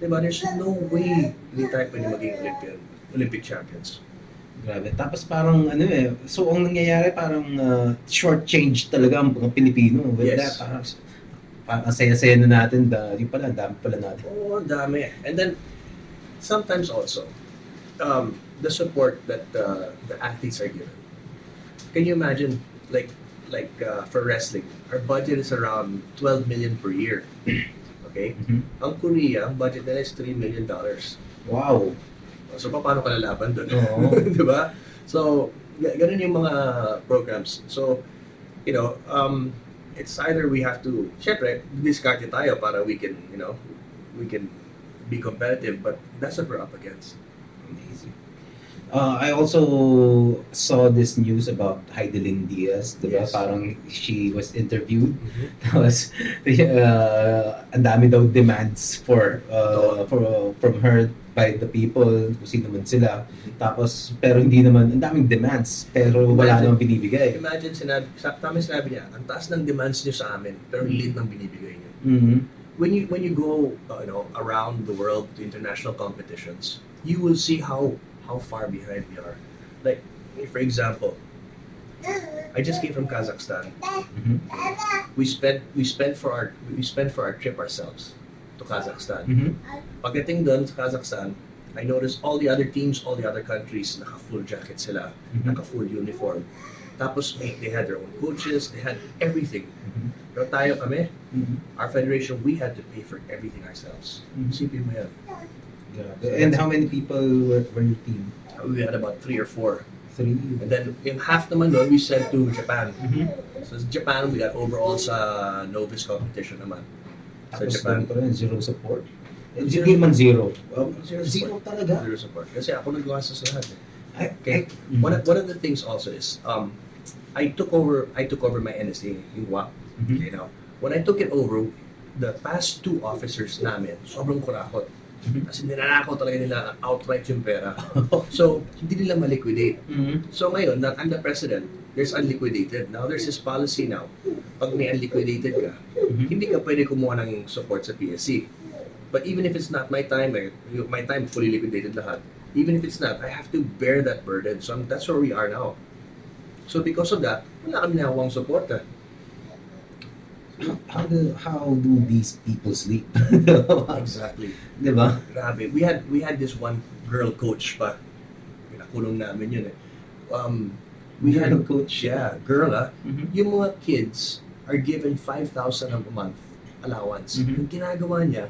Di ba? There's no way hindi tayo pwede maging Olympian, Olympic champions. Grabe. Tapos parang ano eh, so ang nangyayari parang uh, short change talaga ang mga Pilipino. Well, Yes. yes. parang, parang ang saya-saya na natin. Da, yung pala, ang dami pala natin. Oo, Oh, ang dami. And then, sometimes also, um, the support that uh, the athletes are given. Can you imagine, like, like uh, for wrestling, our budget is around 12 million per year. Okay? Mhm. Ang Korea, ang budget nila is 3 million dollars. Wow. So, pa- paano ka lalaban doon? Oo. Di ba? So, ga- ganun yung mga programs. So, you know, um, it's either we have to, syempre, discarte tayo para we can, you know, we can be competitive, but that's what we're up against. Amazing. Uh, I also saw this news about Heidelin Diaz, di ba? Yes. Parang she was interviewed. Tapos, uh, ang dami daw demands for, uh, for from her by the people, kung sino man sila. Mm-hmm. Tapos, pero hindi naman, ang daming demands, pero wala Imagine- namang binibigay. Imagine, sinabi, sa, tama yung sinabi niya, ang taas ng demands niyo sa amin, pero ang liit ng binibigay niyo. Mhm. when you when you go uh, you know around the world to international competitions, you will see how how far behind we are. Like for example, I just came from Kazakhstan. Mhm. We spent we spent for our we spent for our trip ourselves to Kazakhstan. Mhm. Pagdating doon sa Kazakhstan, I noticed all the other teams, all the other countries, naka full jacket sila, Mhm. naka full uniform. Tapos may, they had their own coaches, they had everything. Mhm. Pero tayo kami, Mhm. our federation, we had to pay for everything ourselves. Mhm. Isipin mo yan. And how many people were, were your team? We had about three or four. Three? And then in half naman nun, we sent to Japan. Mhm. So sa Japan, we got overall sa novice competition naman. Sa Tapos Japan. ganito rin, zero support. Eh, Zero. Hindi man zero. Um, Zero zero support. talaga. Zero support. Kasi ako nagawa sa lahat. eh. I, Okay. Mm-hmm. One, of, one of the things also is, um, I took over I took over my NSA, yung WAP. Mhm. You know, when I took it over, the past two officers namin, sobrang kurakot. Mhm. Kasi ninanakaw talaga nila outright yung pera. So, hindi nila ma-liquidate. Mhm. So ngayon, that I'm the president, there's unliquidated. Now there's this policy now. Pag may unliquidated ka, Mhm. hindi ka pwede kumuha ng support sa PSC. But even if it's not my time, eh, you- my time fully liquidated lahat. Even if it's not, I have to bear that burden. So I'm- that's where we are now. So because of that, wala kami nawang support. ah. How do how do these people sleep? Exactly. Di ba? Grabe. We had we had this one girl coach pa. Pinakulong namin yun eh. Um, we had a coach. yeah, girl ah. Mhm. yung mga kids are given 5,000 a month allowance. Mhm. Yung ginagawa niya,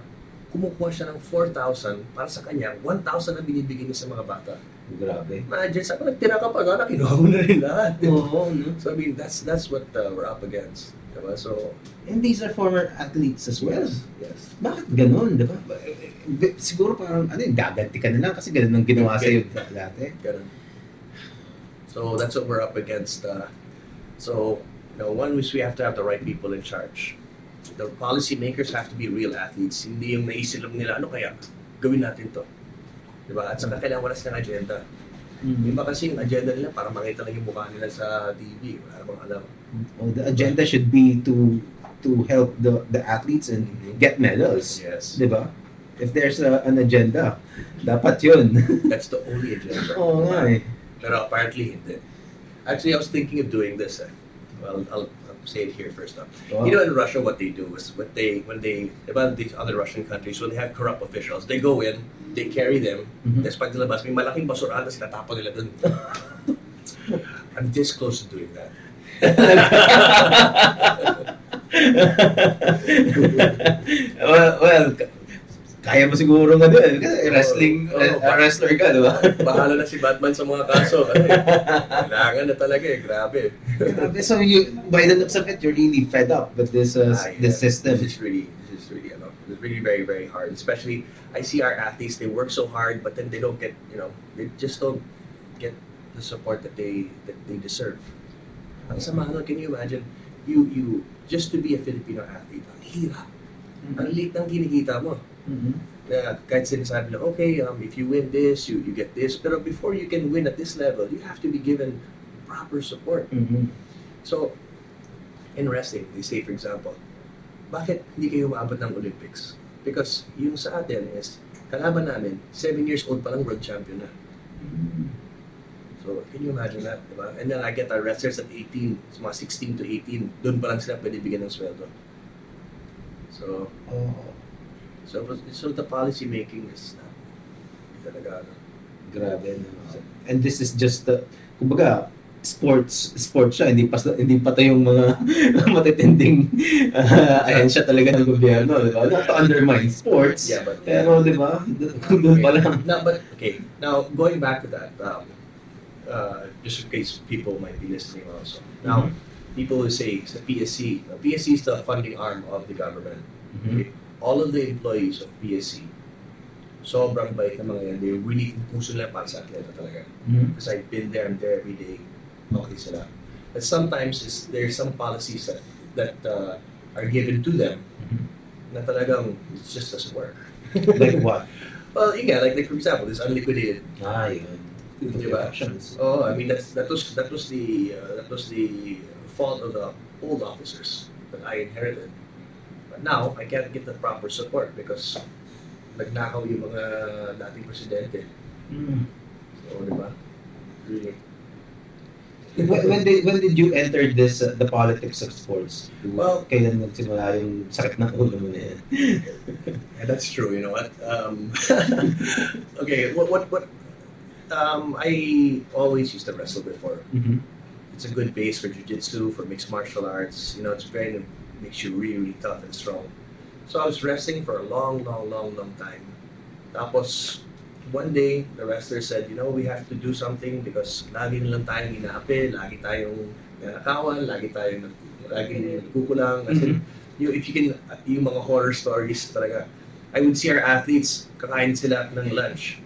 kumukuha siya ng 4,000 para sa kanya, 1,000 na binibigay niya sa mga bata. Grabe. Imagine, sa ako nagtira ka pa, na kinuha mo na rin lahat. Oo, no? So, I mean, that's that's what uh, we're up against. Diba? So, And these are former athletes as well. yes. Bakit ganun, di ba? Ba- Siguro parang, ano yun, gaganti ka na lang kasi ganun ang ginawa sa'yo dati. Ganun. So, that's what we're up against. Uh, so, you know, one is we have to have the right people in charge. The policymakers have to be real athletes. Hindi yung naisip lang nila, ano kaya? Gawin natin to. Diba? At saka kailangan wala silang agenda. Mm-hmm. Yung iba kasi yung agenda nila para makita lang yung mukha nila sa TV. Wala akong alam. Oh, the agenda should be to to help the the athletes and get medals, Yes. 'di ba? If there's a, an agenda, dapat 'yun. That's the only agenda. Oo nga eh. Pero apparently hindi. Actually, I was thinking of doing this. Eh. Well, I'll, I'll say it here first. Up. Oh. You know, in Russia, what they do is what they when they about these other Russian countries when they have corrupt officials, they go in, they carry them. Mhm. Tapos pag nilabas, may malaking basurahan tapos tatapon nila dun. I'm this close to doing that. well, well, k- kaya mo siguro nga doon. Kasi wrestling, Oo. eh, wrestler ka, di ba? Bahala na si Batman sa mga kaso. Ano eh. Kailangan na talaga eh. Grabe. Grabe, so you, by the looks of it, you're really fed up with this uh, Ah, yeah. this system. This is really, this is really, you know, it's really very, very hard. Especially, I see our athletes. They work so hard, but then they don't get, you know, they just don't get the support that they that they deserve. Ang sama nun, can you imagine? You you just to be a Filipino athlete, ang hirap. Mm-hmm. Ang liit ng kinikita mo. Mhm. Na kahit sinasabi na, okay, um, if you win this, you, you get this. Pero before you can win at this level, you have to be given proper support. Mhm. So, in wrestling, they say, for example, bakit hindi kayo maabot ng Olympics? Because yung sa atin is, kalaban namin, 7 years old pa lang world champion na. Mm-hmm. So, can you imagine that? Diba? And then I get our wrestlers at 18, so mga 16 to 18, doon pa lang sila pwede bigyan ng sweldo. So, Oh, so, it was- so the policy making is not talaga ano. grabe no. And this is just the kumbaga sports sports siya hindi pa hindi pa tayong mga matitinding uh, ayan siya talaga ng gobyerno di ba not to undermine sports Yeah, but, pero di ba kung doon pa lang No, but okay. Now going back to that, um, uh, just in case people might be listening also. Now, Mm-hmm. people will say it's the PSC. Now, PSC is Mm-hmm. the funding arm of the government. Okay? All of the employees of PSC sobrang bait ng mga yan. They really yung puso nila para sa atleta talaga. Mm-hmm. Because I've been there, I'm there every day. Okay sila. But sometimes is there's some policies that that uh, are given to them na talagang it just doesn't work. Like what? well, yun nga, like, like for example, this unliquidated Ah, yun. Di ba? Oh, I mean that's that was that was the uh, that was the fault of the old officers that I inherited. But now I can't get the proper support because nagnakaw yung mga dating presidente. Mm-hmm. So, di ba? Really. When, when, did, when did you enter this, uh, the politics of sports? Well- kailan nagsimula yung sakit ng ulo mo na yan? Yeah, that's true. You know what? Um, okay, what what what? Um, I always used to wrestle before. Mhm. It's a good base for jujitsu, for mixed martial arts. You know, it's very makes you really really tough and strong. So I was wrestling for a long, long, long, long time. Tapos one day the wrestler said, you know, we have to do something because lagi na lang tayong inaapi, lagi tayong nanakawan, lagi tayong nag- lagi nagkukulang. I said, you know, if you can, yung mga horror stories talaga, I would see our athletes, kakain sila ng lunch.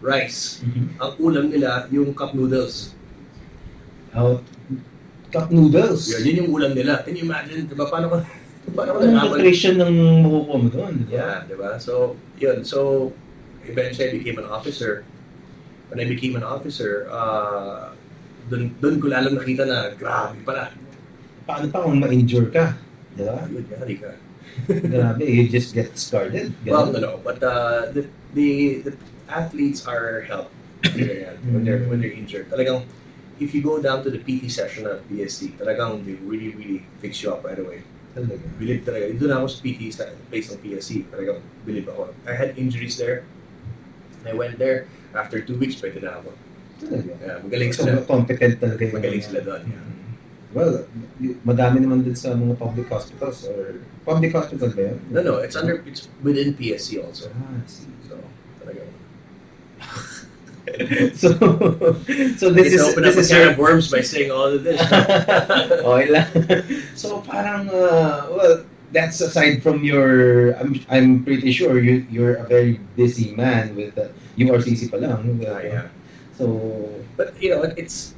Rice. Mm-hmm. Ang ulam nila, yung cup noodles. Oh, cup noodles. Yun, yun yung ulam nila. Can you imagine? Diba, paano ka, paano ka Ano yung nakawan? nutrition ng makukuha mo doon? di ba? Yeah, diba? So, yun. So, eventually I became an officer. When I became an officer, uh, dun, dun ko lalong nakita na, grabe pala. Paano pa kung ma-injure ka? Di ba? Yun, yari ka. Grabe, you just get started. Well, no, no, but uh, the, the the athletes are helped yeah, when they're when they're injured. Talagang, if you go down to the PT session at BSC, talagang they really really fix you up right away. Talaga. Bilib talaga. Doon ako sa PT sa place ng PSC. Talagang bilib ako. I had injuries there. I went there. After two weeks, pwede na ako. Talaga. Yeah, magaling So, sila. competent talaga yung Magaling mga- sila doon. Yeah. Well, y- madami naman din sa mga public hospitals or public hospital ba yun? No, no, it's under, it's within PSC also. Ah, I see. So, talagang. So, so this It's is open this up a is can your of worms by saying all of this. okay lang. So parang uh, well, that's aside from your I'm I'm pretty sure you you're a very busy man with uh, URCC pa lang. di ba? Ah, yeah. So But you know, it, it's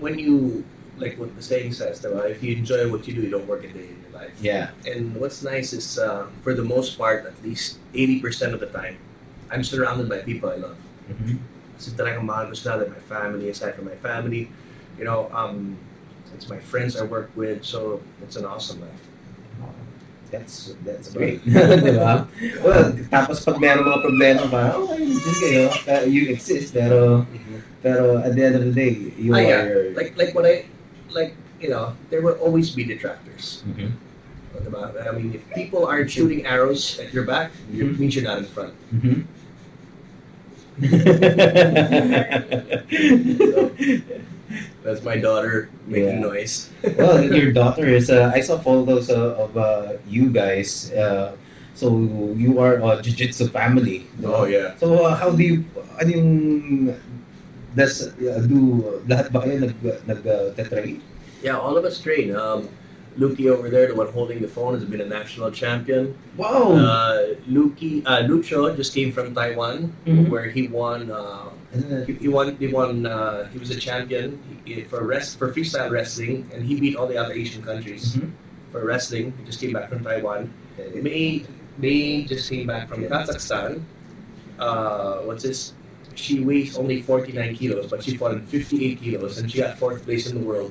when you like what the saying says, diba? if you enjoy what you do, you don't work a day in your life. yeah. And what's nice is, uh, for the most part, at least eighty percent of the time, I'm surrounded by people I love. Mm-hmm. Kasi talagang mahal ko sila, like my family, aside from my family, you know, um, it's my friends I work with, so it's an awesome life. That's that's great. Di ba? Well, tapos pag meron mga problema pa, oh, ayun, dyan kayo. Uh, you exist, pero pero at the end of the day, you Ah, yeah. are... Like like what I like, you know, there will always be detractors. Mhm. Diba? I mean, if people aren't shooting arrows at your back, Mm-hmm. it means you're not in front. Mhm. That's my daughter making Yeah. noise. well, your daughter is. Uh, I saw photos uh, of uh, you guys. Uh, so you are a jiu-jitsu family. di oh ba? yeah. So uh, how do you? Ano yung does uh, do lahat ba kayo nag nag uh, tetrain? Yeah, all of us train. Um Luki over there, the one holding the phone, has been a national champion. Wow. Uh, Luki, uh, Lucho just came from Taiwan, Mhm. where he won. Uh, Ano na? he, he won. He won. Uh, he was a champion he- for rest for freestyle wrestling, and he beat all the other Asian countries Mhm. for wrestling. He just came back from Taiwan. May May just came back from Kazakhstan. Uh, what's this? She weighs only 49 kilos, but she fought in 58 kilos, and she got fourth place in the world.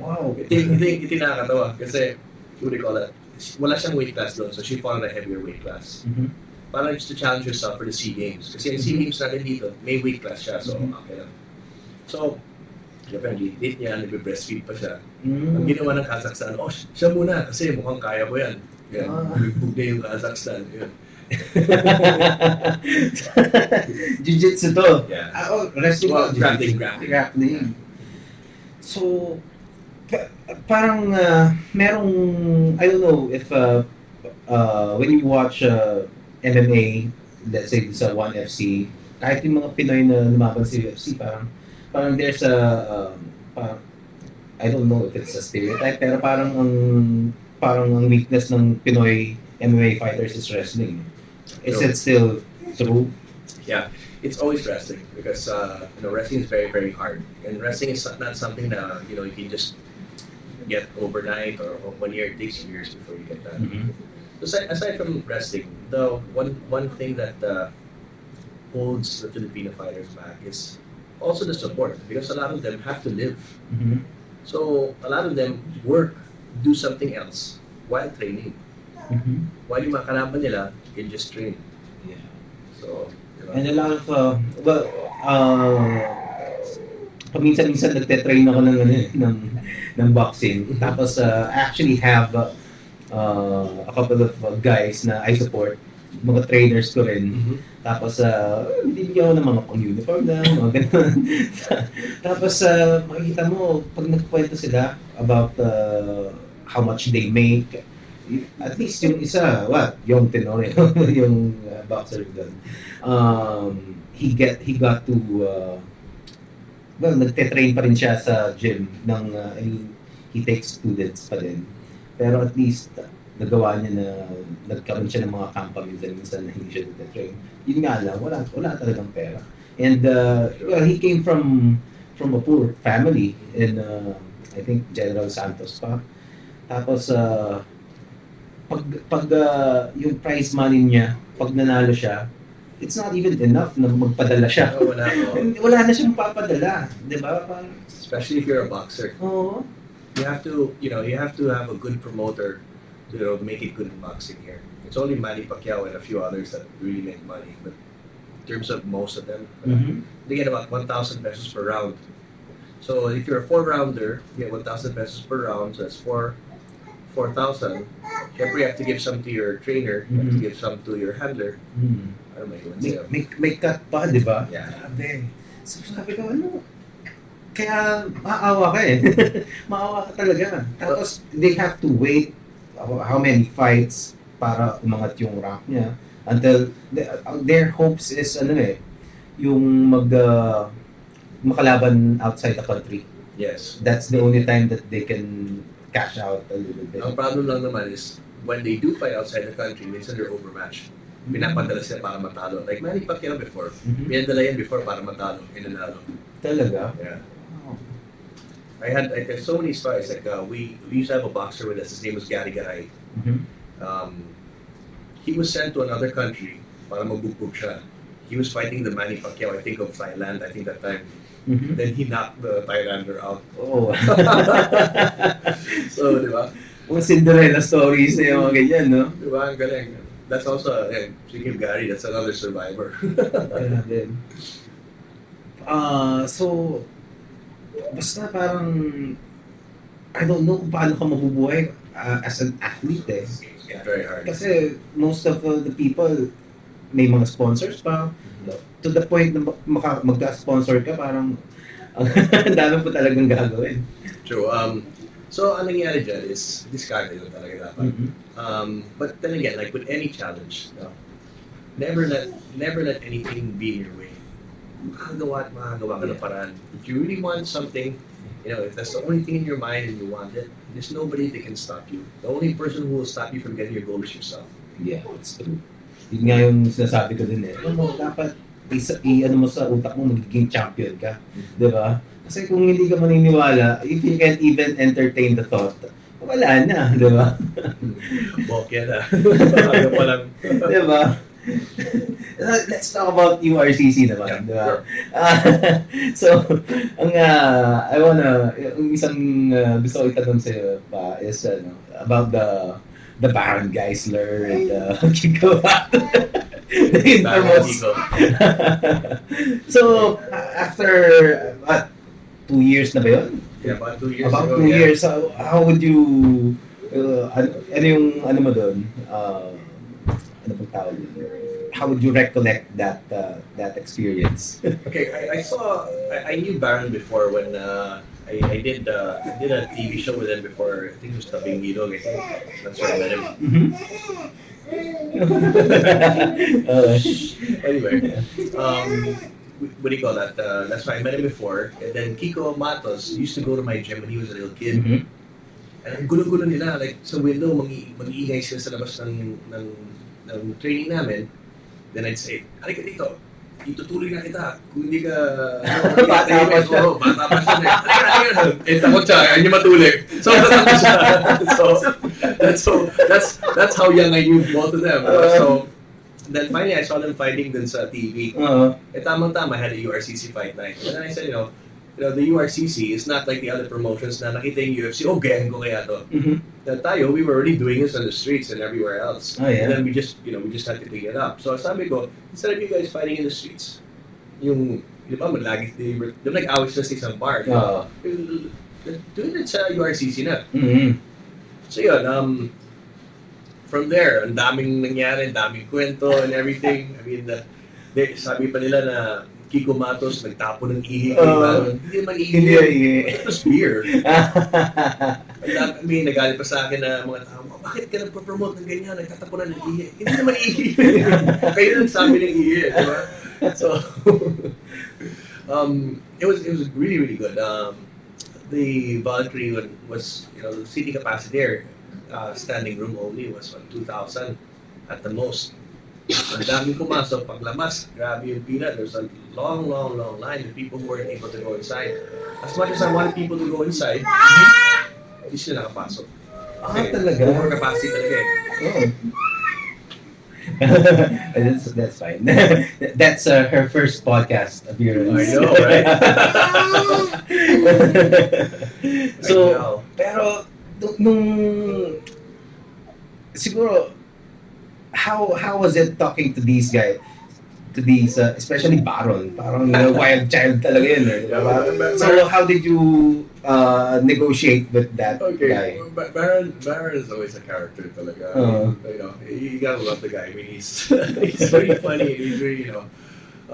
Wow. Iti- iti- Iti nakakatawa kasi, what do you call that? Wala siyang weight class doon, so she fought in a heavier weight class. Mhm. Parang just to challenge herself for the SEA Games. Kasi yung SEA Games natin dito, may weight class siya, so okay lang. So, apparently, date niya, nagbe-breastfeed pa siya. Mm. Ang ginawa ng Kazakhstan, oh, sh- siya muna kasi mukhang kaya ko yan. Yan, Ah. nagbug na yung Kazakhstan. Yan. Mm-hmm. Jiu-jitsu to. Yeah. Ah, oh, wrestling Well, ba? grappling, Jiu-jitsu. grappling. Grappling. So, pa- parang uh, merong, I don't know if uh, uh, when you watch uh, MMA, let's say sa 1FC, kahit yung mga Pinoy na lumaban sa UFC, parang, parang there's a, um, parang, I don't know if it's a stereotype, pero parang ang, parang ang weakness ng Pinoy MMA fighters is wrestling. Is it still true? Yeah, it's always wrestling because uh, you know wrestling is very very hard, and wrestling is not something that you know you can just get overnight or one year. It takes years before you get that. Aside, aside from wrestling, the one one thing that uh, holds the Filipino fighters back is also the support because a lot of them have to live. Mm-hmm. So a lot of them work, do something else while training. Mm-hmm. While yung mga kalaban nila can just train. Yeah. So, di ba? And a lot of, uh, well, uh, paminsan-minsan nagte-train ako ng, ano, eh, ng, ng boxing. Tapos, uh, I actually have uh, uh, a couple of uh, guys na I support, mga trainers ko rin. Mhm. Tapos, uh, bibigyan ko ng mga pang-uniform na, mga ganun. Tapos, uh, makikita mo, pag nagkwento sila about uh, how much they make, at least yung isa, what, yung Tenorio, yung uh, boxer doon, um, he get he got to, uh, well, nagte-train pa rin siya sa gym ng, uh, I mean, he takes students pa din. Pero at least, uh, nagawa niya na nagkaroon siya ng mga kampa minsan-minsan na hindi siya nagte-train yun nga lang, wala, wala talagang pera. And, uh, well, he came from from a poor family in, uh, I think, General Santos pa. Tapos, uh, pag, pag uh, yung prize money niya, pag nanalo siya, it's not even enough na magpadala siya. Oo, wala oo. And wala na siyang papadala, di ba? Parang, oh, Especially if you're a boxer. Oo. You have to, you know, you have to have a good promoter to you know, make it good in boxing here. It's only Manny Pacquiao and a few others that really make money. But in terms of most of them, uh, Mhm. they get about 1,000 pesos per round. So if you're a four-rounder, you get 1,000 pesos per round. So that's four, 4,000. Siyempre, you have to give some to your trainer. You have to Mhm. give some to your handler. Hmm. Ano may iwan May, sa'yo? may, may cut pa, di ba? Yeah. Grabe. So sabi ko, ano? Kaya maawa ka eh. maawa ka talaga. Tapos they have to wait how how many fights para umangat yung rank niya until the- uh, their hopes is ano eh yung mag uh, makalaban outside the country. Yes. That's the only time that they can cash out a little bit. Ang problem lang naman is, when they do fight outside the country, minsan they're overmatched. Pinapadala sila para matalo. Like Manny Pacquiao before. Mhm. Pinadala yan before para matalo. Pinanalo. Talaga. Yeah. Wow. I had, I there's so many stories. Like, uh, we, we used to have a boxer with us. His name was Gary Garay. Mhm. Um, he was sent to another country para mabugbog siya. He was fighting the Manny Pacquiao, I think, of Thailand, I think that time. Mhm. Then he knocked the Thailander out. Oo. So, di ba? Mga Cinderella stories na yung mga ganyan, no? Di ba? Ang galing. That's also, eh, speaking of Gary, that's another survivor. Grabe. Ah, so, basta parang, I don't know kung paano ka mabubuhay ah, as an athlete eh. yeah, very hard. Kasi most of uh, the people, may mga sponsors pa. To the point na ma- maka, magka-sponsor ka, parang ang dami po talagang gagawin. True. Um, so, ang nangyari dyan is, discard lang Hmm. talaga dapat. Um, but then again, like with any challenge, no, never let never let anything be in your way. Makagawa at makagawa ka ng paraan. If you really want something, you know, if that's the only thing in your mind and you want it, there's nobody that can stop you. The only person who will stop you from getting your goal is yourself. Yeah, it's true. Yun nga yung sinasabi ko din eh. Alam mo, dapat isa, i ano mo sa utak mo, magiging champion ka. Di ba? Kasi kung hindi ka maniniwala, if you can't even entertain the thought, wala na, di ba? Bokeh na. Ano pa lang. di ba? Uh, Let's talk about URCC naman, Yeah, di ba? Ah, so, ang ah, I wanna, yung isang ah, gusto ko itanong sa'yo pa is ano, about the the barangay slur and the uh, kikawa. the Bakit infamous hindi ko? so, a- after what, two years na ba yun? Yeah, about two years About ago, two yeah. years, how, how would you, uh, ano, ano yung, ano mo doon, uh, ano pang tawag yun? How would you recollect that uh, that experience? Uh, Okay, I, I saw I, I knew Baron before when uh, I, I did uh, I did a TV show with him before. I think it was Tabingilog. I think that's where I met him. Mhm. Uh, Anyway, um, wh- what do you call that? Uh, that's why I met him before. And then Kiko Matos used to go to my gym when he was a little kid. mhm. And ang gulo-gulo Eh, nila, like sa window, mangi- mag-iingay sila sa labas ng, ng, ng training namin. Then I'd say, halika dito. itutuloy na kita. Kung hindi ka... Bata pa siya. Oo, bata pa siya. Ayun, ayun, ayun. Eh, takot siya. Ayun yung matulog. So, tatakot siya. so, that's, so, that's, that's how young I knew both of them. so, Then finally, I saw them fighting dun sa TV. Uh, Eh, tamang-tama, I had a URCC fight night. And then I said, you know, you know, the URCC is not like the other promotions na nakita yung UFC, oh, gang ko kaya to. Mm-hmm. mhm. Na tayo, we were already doing this on the streets and everywhere else. Oh, yeah. And then we just, you know, we just had to clean it up. So sabi ko, instead of you guys fighting in the streets, yung, di ba, malagi, they were, they were like awit sa isang bar. di ba? Uh, Do it sa URCC na. Mm-hmm. mhm. So yun, um, from there, ang daming nangyari, ang daming kwento and everything. I mean, the, they, sabi pa nila na Kiko Matos nagtapo ng ihi. Oo. Uh, hindi man ihi. Ah. Hindi, eh. hindi. It was beer. Ah, Ang dami, I mean, nagalit pa sa akin na mga tao, "Oh, bakit ka nagpo-promote ng ganyan, nagtatapo na ng ihi? Hindi naman ihi. Kayo lang sabi ng ihi, eh, di ba? So, um, it was it was really really good. Um, the voluntary one was you know the seating capacity there, uh, standing room only was on two thousand at the most. Ang daming pumasok paglabas, grabe yung pila. There's a long, long, long line of people who weren't able to go inside. As much as I wanted people to go inside, hindi sila nakapasok. talaga? Over capacity talaga eh. Oh. that's, that's fine. that's uh, her first podcast appearance. I know, right? so, Right now. Pero nung- nung siguro how how was it talking to these guys to these uh, especially Baron parang uh, wild child talaga yun eh, di ba? So how did you uh, negotiate with that guy? Okay, Ba- Baron, Baron is always a character talaga. Uh-huh. You know, you gotta love the guy. I mean, he's he's really funny. and He's really you know.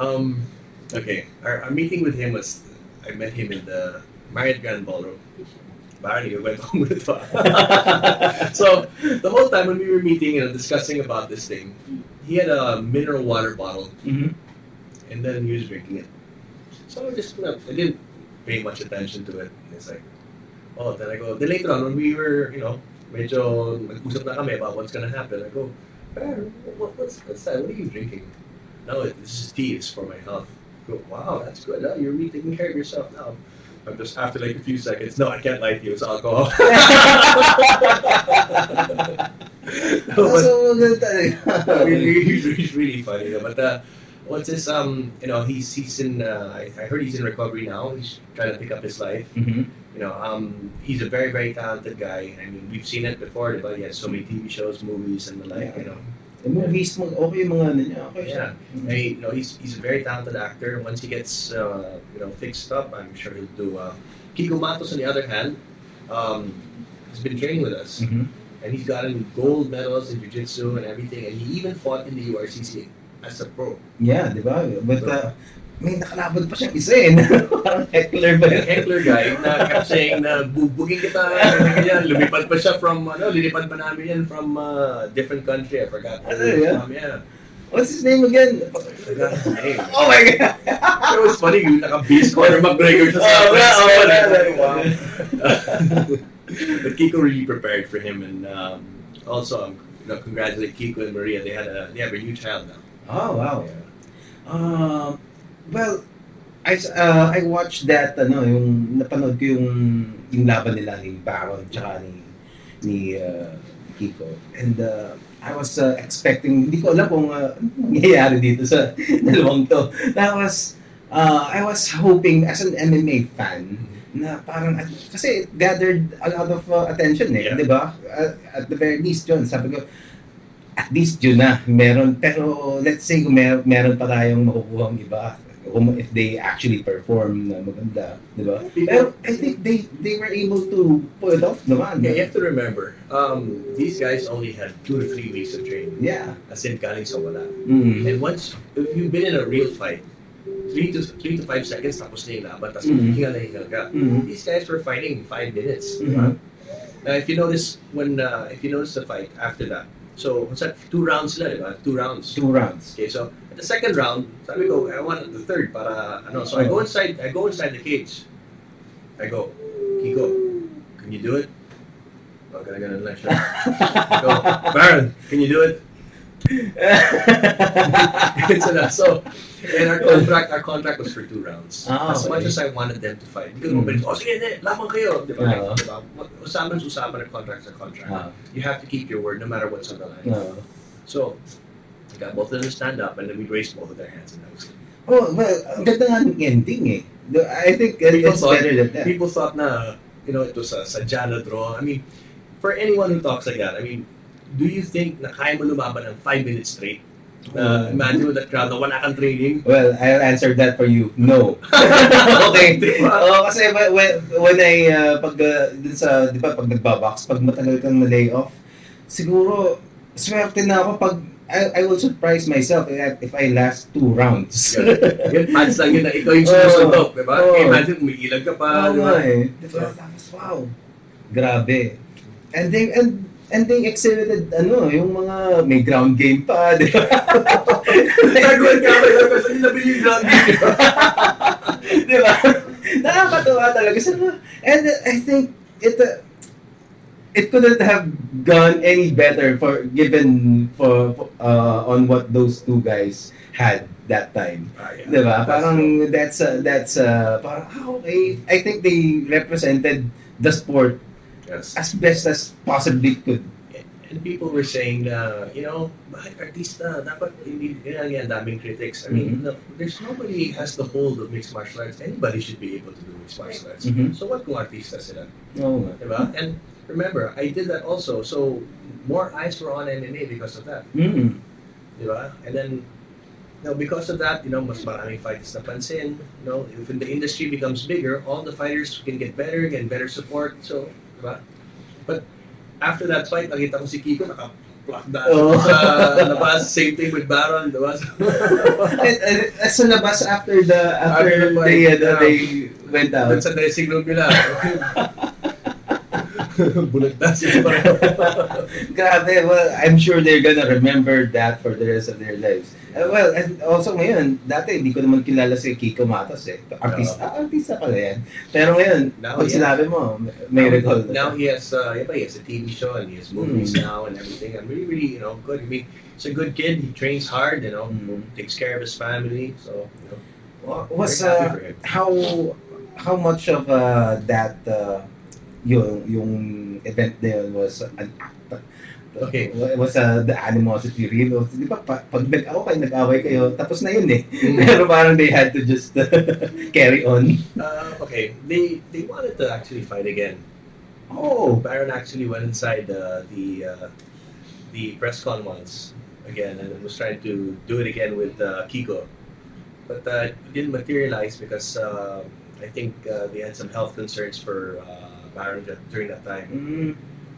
Um, okay, our, our meeting with him was I met him in the Marriott Grand Ballroom. Baron, you went home with So the whole time when we were meeting and discussing about this thing, he had a mineral water bottle Mhm. and then he was drinking it. So I just, you know, I didn't pay much attention to it. And it's like, oh, then I go, then later on, when we were, you know, medyo nag-usap na kami about what's gonna happen, I go, "Brad, what, what's, what's that? What are you drinking? No, it, this is tea. It's for my health. I go, wow, that's good. Huh? You're really taking care of yourself now. I'm just, after like a few seconds, no, I can't lie to you. It's alcohol. No, but- So, ganun talaga. I mean, he's, he's really funny. though. But uh, what's this? Um, you know, he's he's in. Uh, I, I heard he's in recovery now. He's trying to pick up his life. Mhm. You know, um, he's a very very talented guy. I mean, we've seen it before, but he has so many TV shows, movies, and the like. You know, Yung movies mo, okay yung mga ano niya. Okay siya. yeah. I mean, you know, he's he's a very talented actor. Once he gets uh, you know fixed up, I'm sure he'll do. Uh, Kiko Matos, on the other hand, um, has been training with us, Mhm. and he's gotten gold medals in jiu-jitsu and everything, and he even fought in the URCC as a pro. Yeah, di ba? But uh, may nakalabot pa siyang isa eh. parang heckler ba Yung yun? heckler guy na kept saying na bubugin kita. Ganyan, lumipad pa siya from, ano, lilipad pa namin yan from uh, different country. I forgot. Ano yun? Um, yeah. What's his name again? I forgot his name. Oh my God! It was funny, yung naka-beast corner McGregor sa Oh, wala, oh, wala, Wow. wala. But Kiko really prepared for him and um, also, um, you know, congratulate Kiko and Maria. They had a, they have a new child now. Oh, wow. Uh, well, I, s- uh, I watched that, ano, yung napanood ko yung, yung laban nila ni Baron tsaka ni, ni uh, Kiko. And uh, I was uh, expecting, hindi ko alam kung uh, anong nangyayari dito sa dalawang to. That was, uh, I was hoping as an MMA fan, na parang at- kasi it gathered a lot of uh, attention eh, Yeah. 'di ba? At, at the very least yun, sabi ko at least yun na, meron pero let's say kung mer- meron pa tayong makukuha iba kung if they actually perform na maganda, 'di ba? Pero I think they they were able to pull it off naman. Yeah, you have to remember, um, these guys only had two to three weeks of training. Yeah. As in, galing sa wala. Mm. And once, if you've been in a real fight, three to three to five seconds tapos na ah, yung laban, tapos Mhm. hinga na hinga ka. Mhm. These guys were fighting in five minutes. di Mhm. ba? Now, if you notice, when uh, if you notice the fight after that, so what's that? Two rounds sila, di ba? Two rounds. Two rounds. Okay, so at the second round, sabi ko, I want the third para ano. So I go inside, I go inside the cage. I go, Kiko, can you do it? Oh, gonna gonna let you. Go, Baron, can you do it? so, that- uh, so, and our contract, our contract was for two rounds. Ah, as much okay. as I wanted them to fight. Because Mm. nobody's, oh, sige, hindi, laban kayo. Di ba? Oo. Di ba? Usapan, usapan, and contract's a contract. Ah, You have to keep your word no matter what's on the line. no. So, I got both of them to stand up, and then we raised both of their hands, and that was it. Oh, well, ang ganda nga ng ending eh. The- I think it- People it's thought- better than that. People thought, nah, you know, it was a sadya na draw. I mean, for anyone who talks like that, I mean, do you think na kaya mo lumaban ng five minutes straight? Na Hmm. imagine with that crowd na wala kang training. Well, I'll answer that for you. No. okay. Oh, kasi when, when, when I, uh, pag, uh, dun sa, di ba, pag nagbabox, pag matagal kang na-lay off, siguro, swerte na ako pag, I, I will surprise myself if, if I last two rounds. Yan, pads lang yun na ikaw yung susuntok, di ba? Oo. Kaya Imagine, umiilag ka pa, Oo di nga ba? eh. Di ba? Tapos, wow. Grabe. And they, and, and they exhibited, ano, yung mga may ground game pa, di ba? Nagawin ka pa, kasi nabili yung ground game. di ba? Nakakatuwa talaga. So, and I think it uh, it couldn't have gone any better for given for uh, on what those two guys had that time. Ah, yeah. Di ba? That's Parang true. that's uh, that's uh, parang ah, okay. I think they represented the sport Yes. as best as possibly could. And people were saying, uh, you know, bakit artista? Dapat hindi, yun ang yan, daming critics. I mean, no, there's nobody has the hold of mixed martial arts. Anybody should be able to do mixed martial arts. Mhm. So what kung artista sila? Oo nga. Diba? And remember, I did that also. So more eyes were on MMA because of that. Mm. Diba? And then, you know, because of that, you know, mas maraming fighters napansin. You know, if the industry becomes bigger, all the fighters can get better, get better support. So, diba? But after that fight, nakita ko si Kiko naka-block na Oh. sa labas. Same thing with Baron, diba? So, And, and, and sa labas after the After after, the they fight, um, ano, yeah. they went out. dun sa dressing room nila. Bulag na siya pareho. Grabe, well, I'm sure they're gonna remember that for the rest of their lives. Uh, well, and also ngayon, dati hindi ko naman kilala si Kiko Matos eh. Artista, artista pala yan. Pero ngayon, Now, pag yeah. sinabi mo, may recall na. Now he has, uh, yeah, but he has a TV show and he has movies Mm. now and everything. I'm really, really, you know, good. I mean, he's a good kid. He trains hard, you know, Mm. takes care of his family. So, you know, Wa- Was, very happy uh, for him. how, how much of uh, that, uh, yung, yung event na yun was an act? Okay. Was uh, the animosity real? Di ba, pa- pag nag-away, nag-away kayo, tapos na yun eh. Mm. Pero parang they had to just uh, carry on. Uh, okay, they they wanted to actually fight again. Oh, Baron actually went inside uh, the uh, the press con once again and was trying to do it again with uh, Kiko, but uh, it didn't materialize because uh, I think uh, they had some health concerns for uh, Baron during that time. Mm,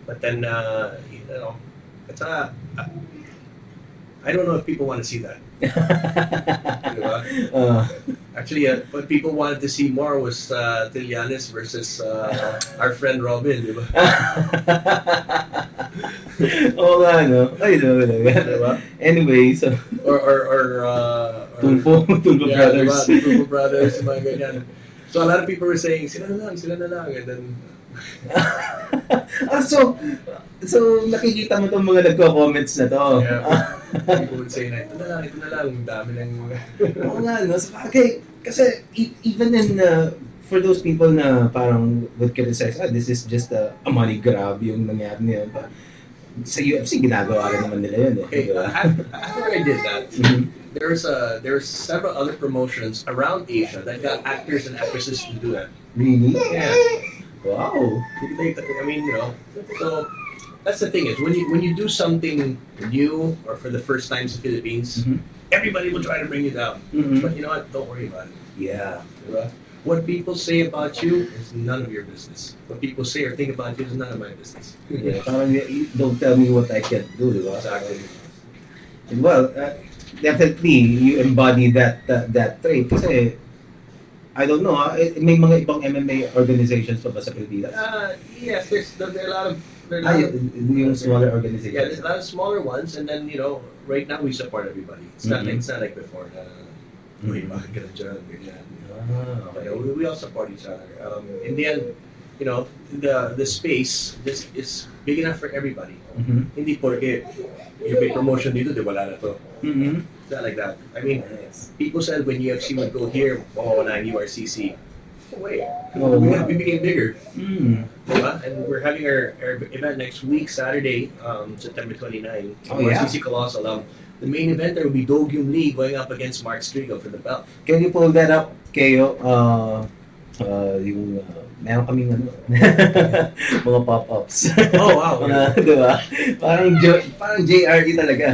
But then, uh, you know, it's uh, I don't know if people want to see that. di ba? uh, Actually, uh, what people wanted to see more was uh, Tilianis versus uh, our friend Robin. di ba? Oo nga, no? Ay, no, Di no. ba? Anyway, so, Or, or, or, uh, or Tulfo, Tulfo Yeah, Brothers. Diba? The Tulfo Brothers, mga ganyan. So a lot of people were saying, sila na lang, sila na lang. And then, ah, so, so, nakikita mo itong mga nagko-comments na to. Yeah. Ah, people would say, na, ito na lang, ito na lang, ang dami ng... Oo Oh, nga, no? Sa bagay, kasi e- even in, uh, for those people na parang would criticize, ah, this is just a, a money grab yung nangyari na yun. Pa- Sa UFC, ginagawa rin naman nila yun. Eh, di Okay, Ah, ba? after, after I did that, Mhm. there's a there's several other promotions around Asia that got actors and actresses to do that. Really? Yeah, Wow. They- I mean, you know, so that's the thing is when you when you do something new or for the first time in the Philippines, Mhm. everybody will try to bring you down. Mm-hmm. But you know what? Don't worry about it. Yeah. diba? What people say about you is none of your business. What people say or think about you is none of my business. yeah. Parang y- y- don't tell me what I can do, di ba? Exactly. Well, uh, definitely you embody that that, that trait kasi I don't know, ah, eh, may mga ibang MMA organizations pa ba sa Pilipinas? Uh, yes, there's there, there are a lot of there are a Ah, y- lot of yung smaller Yeah, there's a organizations. lot of smaller ones, and then you know, right now we support everybody. It's not like Mhm. it's not like before. Uh, Mhm. we- we- we- we- Ah, we- okay. we, we all support each other. Um, in the end, you know, the the space just is big enough for everybody. Mm-hmm. Hindi porke you may promotion dito, di wala na to. Mm-hmm. It's not like that. I mean, people said when UFC would go here, oh, na URCC. No way. Oh, we, wow. we became bigger. Mm. Diba? And we're having our, our event next week, Saturday, um, September 29. Oh, yeah. RCC Colossal. Um, the main event there will be Do Gyum Lee going up against Mark Strigo for the belt. Can you pull that up, Kayo? Uh, uh, yung, uh, meron kaming ano, mga pop-ups. Oh, wow. mga, di ba? Parang, jo- parang JRE talaga.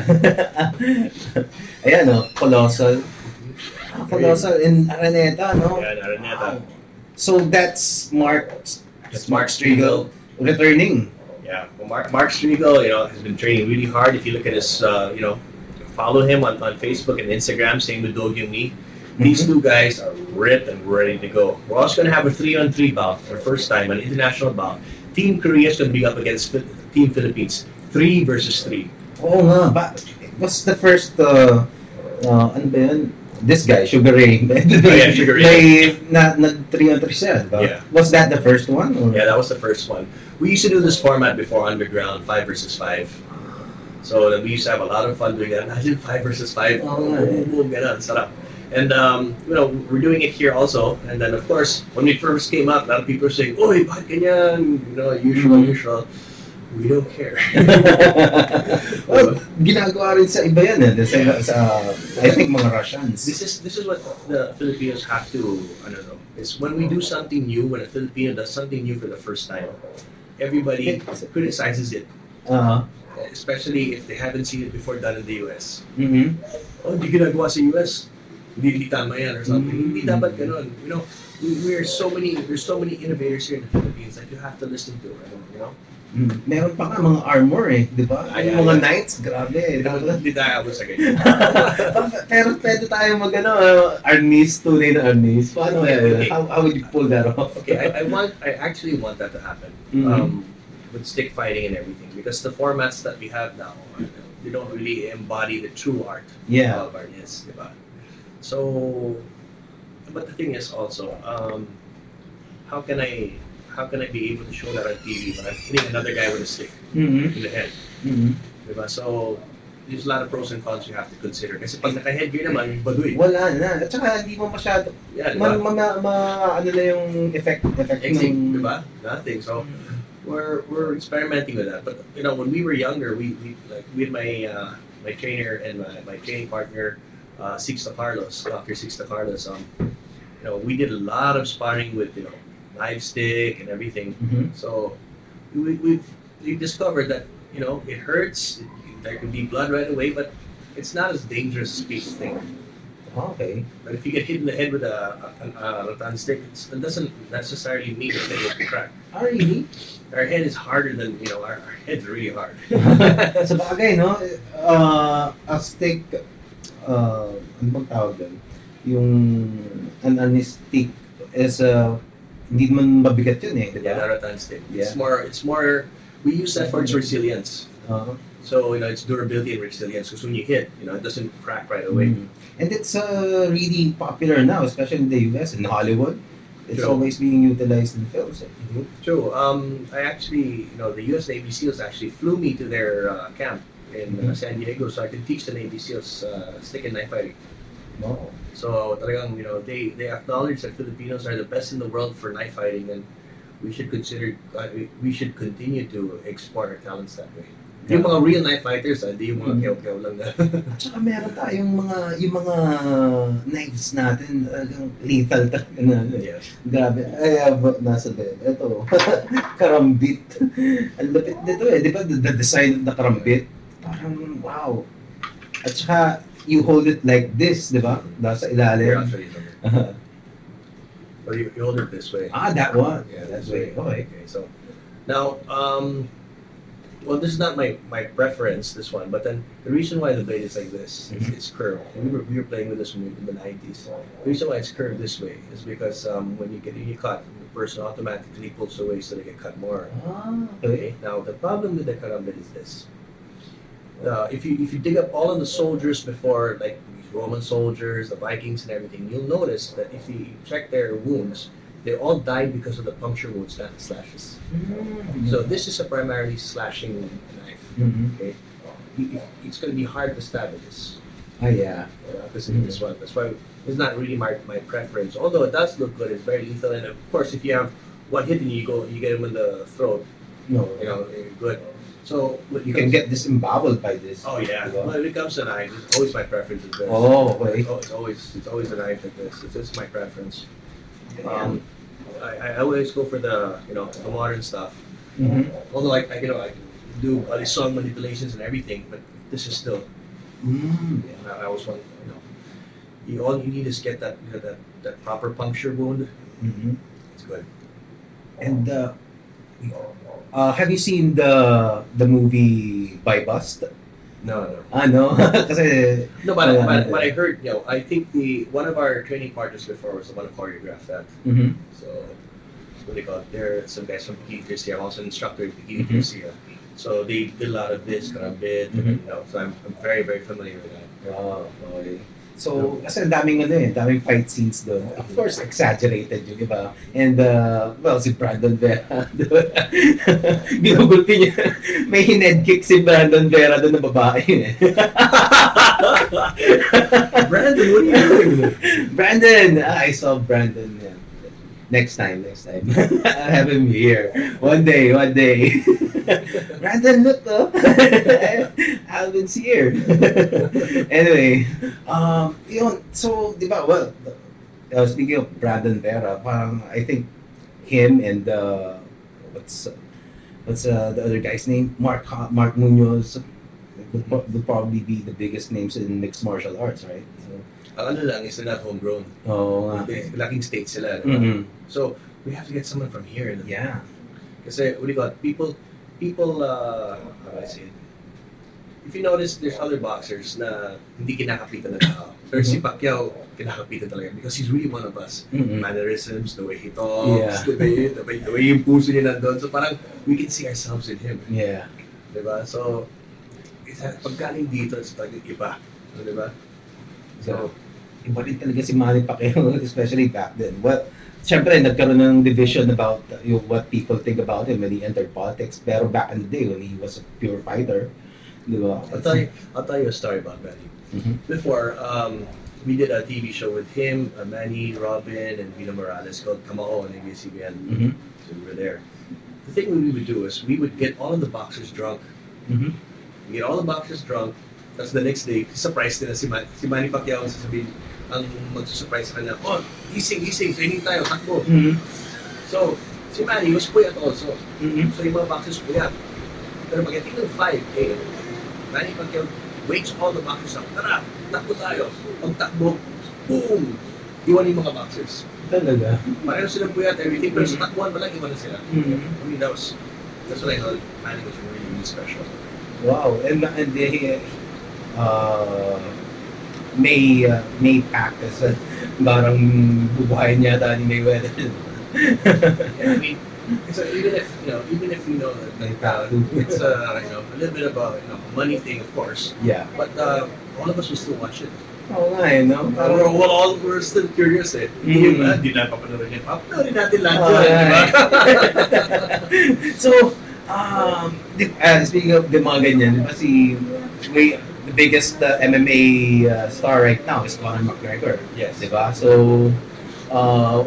Ayan, oh, Colossal. Ah, Colossal in Araneta, no? Yeah, Araneta. So that's Mark, That's Mark Strigo. returning. Yeah, well, Mark, Mark Strigo, you know, has been training really hard. If you look at his, uh, you know, follow him on, on Facebook and Instagram, same with Do Gyum Lee. Mm-hmm. These two guys are ripped and ready to go. We're also going to have a three on three bout for the first time, an international bout. Team Korea is going to be up against Phil- Team Philippines. Three versus three. Oo nga, ba, what's the first, uh, uh, ano ba yun? This guy, Sugar Ray. Oh, yeah, Sugar Ray. May, na, nag 3 on 3 siya, di ba? Yeah. Was that the first one? Or? Yeah, that was the first one. We used to do this format before underground, five versus five. So then we used to have a lot of fun doing that. Imagine five versus five. Oh, Boom, yeah. boom, boom, get on, set up. And um, you know, we're doing it here also. And then of course, when we first came out, a lot of people were saying, "Oh, ganyan," you know, usual, Mhm. usual. We don't care. well, ginagawa rin sa iba yan eh. Sa, sa, I think mga Russians. This is this is what the Filipinos have to I don't know. It's when we do something new, when a Filipino does something new for the first time, everybody criticizes it. Uh, especially if they haven't seen it before done in the US. mm Oh, hindi ginagawa sa US. Hindi, hindi tama yan or something. Mm. Hindi dapat ganun. You know, we, we are so many, there's so many innovators here in the Philippines that you have to listen to. You know, Mm-hmm. Meron pa nga mga armor eh, di ba? Ay, Yung mga ay, ay. knights, grabe eh. di ba? hindi tayo ako sa ganyan. Pero pwede tayo mag ano, uh, Arnis, tunay na Arnis. Paano Okay, eh? okay. How, how would you pull that off? Okay, I, I want, I actually want that to happen. Mhm. Um, with stick fighting and everything, because the formats that we have now, are- they don't really embody the true art. yeah. of our yes, diba? So, but the thing is also, um, how can I, how can I be able to show that on TV when I'm hitting another guy with a stick Mm-hmm. in the head, Mm-hmm. diba? So, there's a lot of pros and cons you have to consider. Kasi pag naka-head ka naman, baduy. Wala na. At saka hindi mo masyado, Yeah, ma, diba? ma, ma, ma- ano na yung effect, effect Exit, ng... diba? Nothing. So, we're, we're experimenting with that. But, you know, when we were younger, we, we like, with my, uh, my trainer and my, my training partner, uh, Sixto Carlos, Dr. Sixto Carlos, um, you know, we did a lot of sparring with, you know, knife stick and everything. Mhm. So, we, we've, we discovered that, you know, it hurts, it, there can be blood right away, but it's not as dangerous as people think. Ah, Okay. But if you get hit in the head with a, a, a, a rattan stick, it's, it doesn't necessarily mean that they will crack Ah, really? our head is harder than you know our, our head's really hard sa bagay, no? Uh, Aztec, uh, ano bang tawag doon? Yung an anistic is a, hindi man mabigat yun eh, di yeah ba? Naratan stick Yeah. it's more it's more we use that for its resilience Uh, so you know it's durability and resilience because when you hit you know it doesn't crack right away mm. And it's uh, really popular now, especially in the US and Hollywood. It's True. always being utilized in films. Eh. true um i actually you know the us navy seals actually flew me to their uh, camp in Mhm. uh, san diego so i could teach the navy seals uh, stick and knife fighting No. so talagang, you know they they acknowledge that filipinos are the best in the world for knife fighting and we should consider uh, we- we should continue to export our talents that way Yung mga real knife fighters, hindi yung mga Mm. kew-kew lang na. At saka meron tayong mga, yung mga knives natin, talagang lethal talaga na. ano eh. yes. Grabe. I have nasa bed. Ito. karambit. Ang lapit nito eh. Di ba the, the design of the karambit? Parang wow. At saka you hold it like this, di ba? Nasa Here, ilalim. I'll show you something. Or you, you hold it this way. ah, that one. Yeah, that this way. way. Okay. so now, um, well, this is not my, my preference, this one, but then the reason why the blade is like this is it's curved. And we, were, we were playing with this when we were in the 90s. The reason why it's curved this way is because um, when you get you cut, the person automatically pulls away so they get cut more. Ah, okay. Okay. Now the problem with the karambit is this: uh, if you if you dig up all of the soldiers before, like these Roman soldiers, the Vikings, and everything, you'll notice that if you check their wounds, They all died because of the puncture wounds, not the slashes. Hmm. Mm-hmm. So this is a primarily slashing knife. Mhm. Okay, It- it- it's going to be hard to stab with this. Ah, yeah. Uh, this is this one. That's why it's not really my, my preference. Although it does look good, it's very lethal. And of course, if you have one hit and you go, you get him in the throat. No, You know, eh, good. So when it you can comes- get disemboweled by this. Oh yeah. Diba? Well, when it comes to knives, it's always my preference. Is this. Oh, wait. Oh, it's always it's always a knife like this. It's, it's my preference. Damn. Um, I, I always go for the you know the modern stuff. Mhm. Although I, I you know I can do all these song manipulations and everything, but this is still Mm. yeah, I, I was one you know. You all you need is get that you know, that that proper puncture wound. Mhm. It's good. And uh, uh, have you seen the the movie By Bust? No, no. Ah, no. Kasi, No, but, Yeah. but, but I heard, you know, I think the one of our training partners before was the one who choreographed that. Mhm. So, what do they call it? There are some guys from Bikini Tristia. I'm also an instructor at Bikini Mhm. Tristia. So, they did a lot of this kind of bit. And, you know, so, I'm, I'm very, very familiar with that. Wow, Oh, okay. So, kasi ang daming ano eh, daming fight scenes doon. Of course, exaggerated yun, di ba? And, uh, well, si Brandon Vera, di ba? Ginugulpi niya. May hined kick si Brandon Vera doon na babae. eh. Brandon, what are you doing? Brandon! Ah, I saw Brandon. yeah. Next time, next time. I'll have him here. One day, one day. Brandon, look oh. though. Alvin's here. anyway, um, yun, so, di ba, well, uh, speaking of Brandon Vera, parang I think him and uh, what's what's uh, the other guy's name? Mark Ho- Mark Munoz would, pro- would probably be the biggest names in mixed martial arts, right? So, oh, Ang ano lang is they're not homegrown. Oo nga. They- Laking state sila. di ba? Mhm. So, we have to get someone from here. in the- Yeah. Kasi, what do you call it? People, people, uh, how do I say it? If you notice, there's other boxers na hindi kinakapitan ng tao. Pero si Mm-hmm. Pacquiao, kinakapitan talaga because he's really one of us. Mhm. Mannerisms, the way he talks, Yeah. the, way, the, way, the way yung puso niya nandun. So parang, we can see ourselves in him. Yeah. Diba? So, isa, pag galing dito, it's like iba. Diba? So, Iba rin talaga si Manny Pacquiao, especially back then. Well, Siyempre, nagkaroon ng division about uh, yung what people think about him when he entered politics. Pero back in the day, when he was a pure fighter, di ba? I'll tell you, I'll tell you a story about Manny. Mhm. Before, um, we did a TV show with him, uh, Manny, Robin, and Vino Morales called Kamao on ABS-CBN. Mhm. So we were there. The thing we would do is we would get all of the boxers drunk. Mhm. We get all the boxers drunk. Tapos the next day, surprise nila si, Man si Manny Pacquiao ang sasabihin, ang magsusurprise sa kanya, oh, gising, gising, training tayo, takbo. Mhm. So, si Manny was puyat also. Mhm. So yung mga boxers puyat. Pero pagdating ng 5 a.m., Manny Pacquiao wakes all the boxers up. Tara, takbo tayo. Ang takbo, boom! Iwan yung mga boxers. Talaga. Pareho silang puyat, everything. Pero sa takbuhan pa lang, iwan na sila. Mhm. I mean, that was that's what I thought Manny was really, really special. Wow. And, and he, uh, may, uh, may practice. Parang bubuhayin niya yata ni Mayweather. And I mean, so even if you know, even if you know that like, uh, it's uh, you know a little bit of a you know, money thing, of course, yeah. but uh, all of us will still watch it. Oo nga eh, no? Uh, we're, we're all we're still curious. Eh. Mm. Di ba? Di na papanood niya. Papanoodin natin lahat Oh, yun, di ba? so, um, di, ah, speaking of the mga ganyan, di ba si, we, the biggest uh, MMA uh, star right now is Conor McGregor, yes. di ba? So, uh,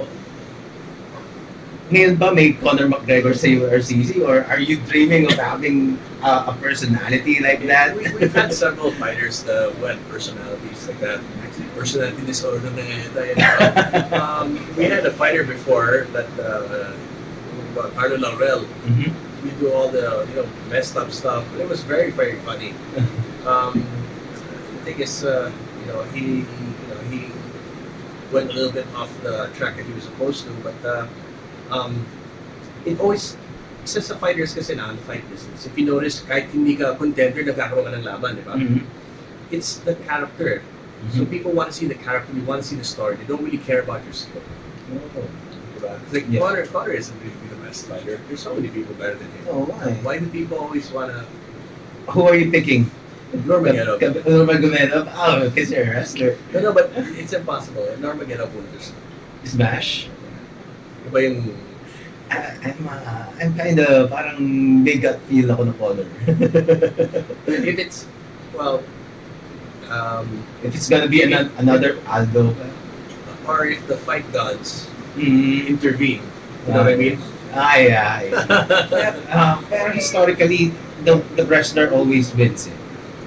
ngayon ba may Conor McGregor sa URCC or are you dreaming of having uh, a personality like that? We, we've had several fighters that went personalities like that. Personality disorder na ngayon tayo. Um, we had a fighter before that, uh, uh, Carlo Laurel, Mhm. we do all the you know messed up stuff. But it was very very funny. Um, the thing is, uh, you know, he you know, he went a little bit off the track that he was supposed to, but uh, um, it always since the fighters kasi na the fight business. If you notice, kahit hindi ka contender, nagkakaroon ka ng laban, di ba? Mhm. It's the character. So Hmm. mm-hmm. people want to see the character, they want to see the story. They don't really care about your skill. di ba? It's Like Yeah. Connor, Connor isn't really the best fighter. There's so many people better than him. Oo nga eh. Why do people always want to? Who are you picking? Norma Getup. Norma Gumedov? Oh, because you're a wrestler. No, no, but it's impossible. Norma Getup won this. Smash? Ano ba yung... I- I'm, uh, I'm kind of, parang may gut feel ako ng color. If it's... Well... Um, If it's gonna be an, another Aldo. or if the fight gods Mm, intervene. You know what I mean? Ah, ay, ay. uh, pero historically, the, the wrestler always wins eh.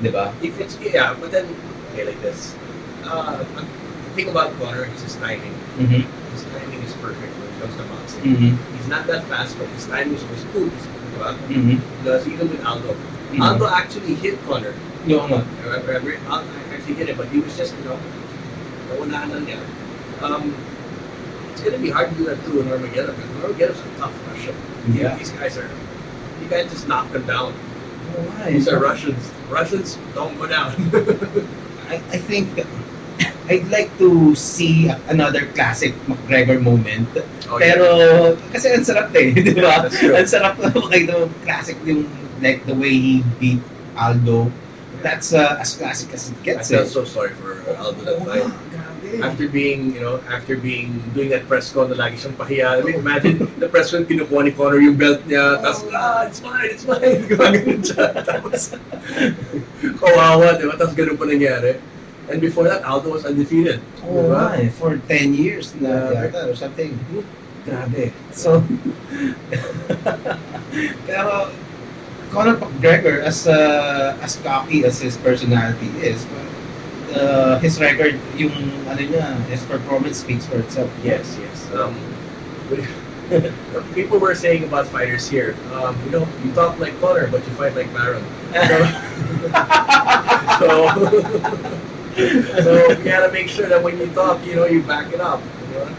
Di ba? if it's... Yeah, but then... Okay, like this. Uh, the thing about Connor is his timing. Mm-hmm. His timing is perfect when it comes to boxing. Mm-hmm. He's not that fast, but his timing was good. Diba? Mm-hmm. Because even with Aldo, Hmm. Aldo actually hit Connor. Yung nga. I remember, I remember Aldo actually hit him, but he was just, you know, nawala na niya. Um, it's gonna be hard to do that too in Armageddon because Armageddon's a tough Russian. Yeah. These guys are, you guys just knock them down. Oh, why? These are Russians. Russians don't go down. I, I think I'd like to see another classic McGregor moment. oh, Pero kasi ang sarap eh, di ba? That's true. Ang sarap na kay the classic yung like the way he beat Aldo. That's uh, as classic as it I gets. felt eh. so sorry for Aldo that Oo fight. nga, grabe. After being, you know, after being, doing that press con na lagi siyang pahiya. I mean, imagine, the press con, kinukuha ni Conor yung belt niya, tapos, ah, it's mine, it's mine, gumagano siya. Tapos, kawawa, di ba? Tapos ganun pa nangyari. And before that, Aldo was undefeated. Oo di ba? nga eh, for 10 years na Grabe. yata or something. Grabe. So, pero Conor McGregor, as uh, as cocky as his personality is, uh, his record, yung ano niya, his performance speaks for itself. Yes, yes. Um, we- people were saying about fighters here, um, you know, you talk like Conor, but you fight like Baron. So, so you gotta make sure that when you talk, you know, you back it up. You know?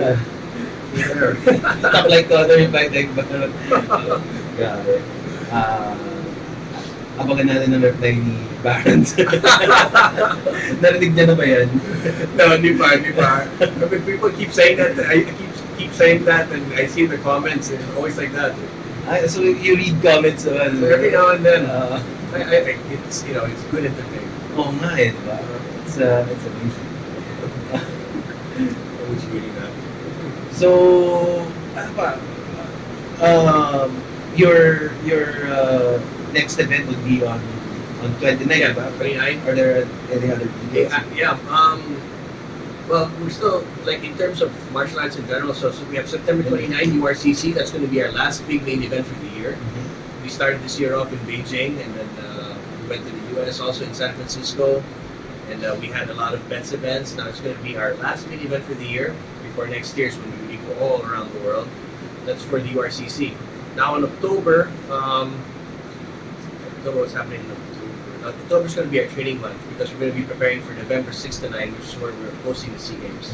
There. Talk like Conor, invite like Conor. Grabe. Ah, abangan natin ang reply ni Barons. Narinig niya na ba yan? no, hindi pa, hindi pa. I mean, people keep saying that. I keep keep saying that, and I see the comments. It's always like that. Ah, so you read comments uh, So every now and then, uh, I, I, I, it's you know, it's good entertainment. Oo nga eh, di ba? It's, uh, it's amazing. Which really not. So, Ah, ano ba? Um, your your uh, next event would be on on 29, di Yeah, ba? but I Are there any other details? ah. Yeah, yeah. Um, well, we're still like in terms of martial arts in general. So, so we have September 29 URCC. That's going to be our last big main event for the year. We started this year off in Beijing, and then uh, we went to the US also in San Francisco, and uh, we had a lot of bets events. Now it's going to be our last main event for the year before next year's when we really go all around the world. That's for the URCC. Now in October, um, October what's happening in October? Uh, October's going to be our training month because we're going to be preparing for November 6 to 9, which is where we're hosting the SEA Games.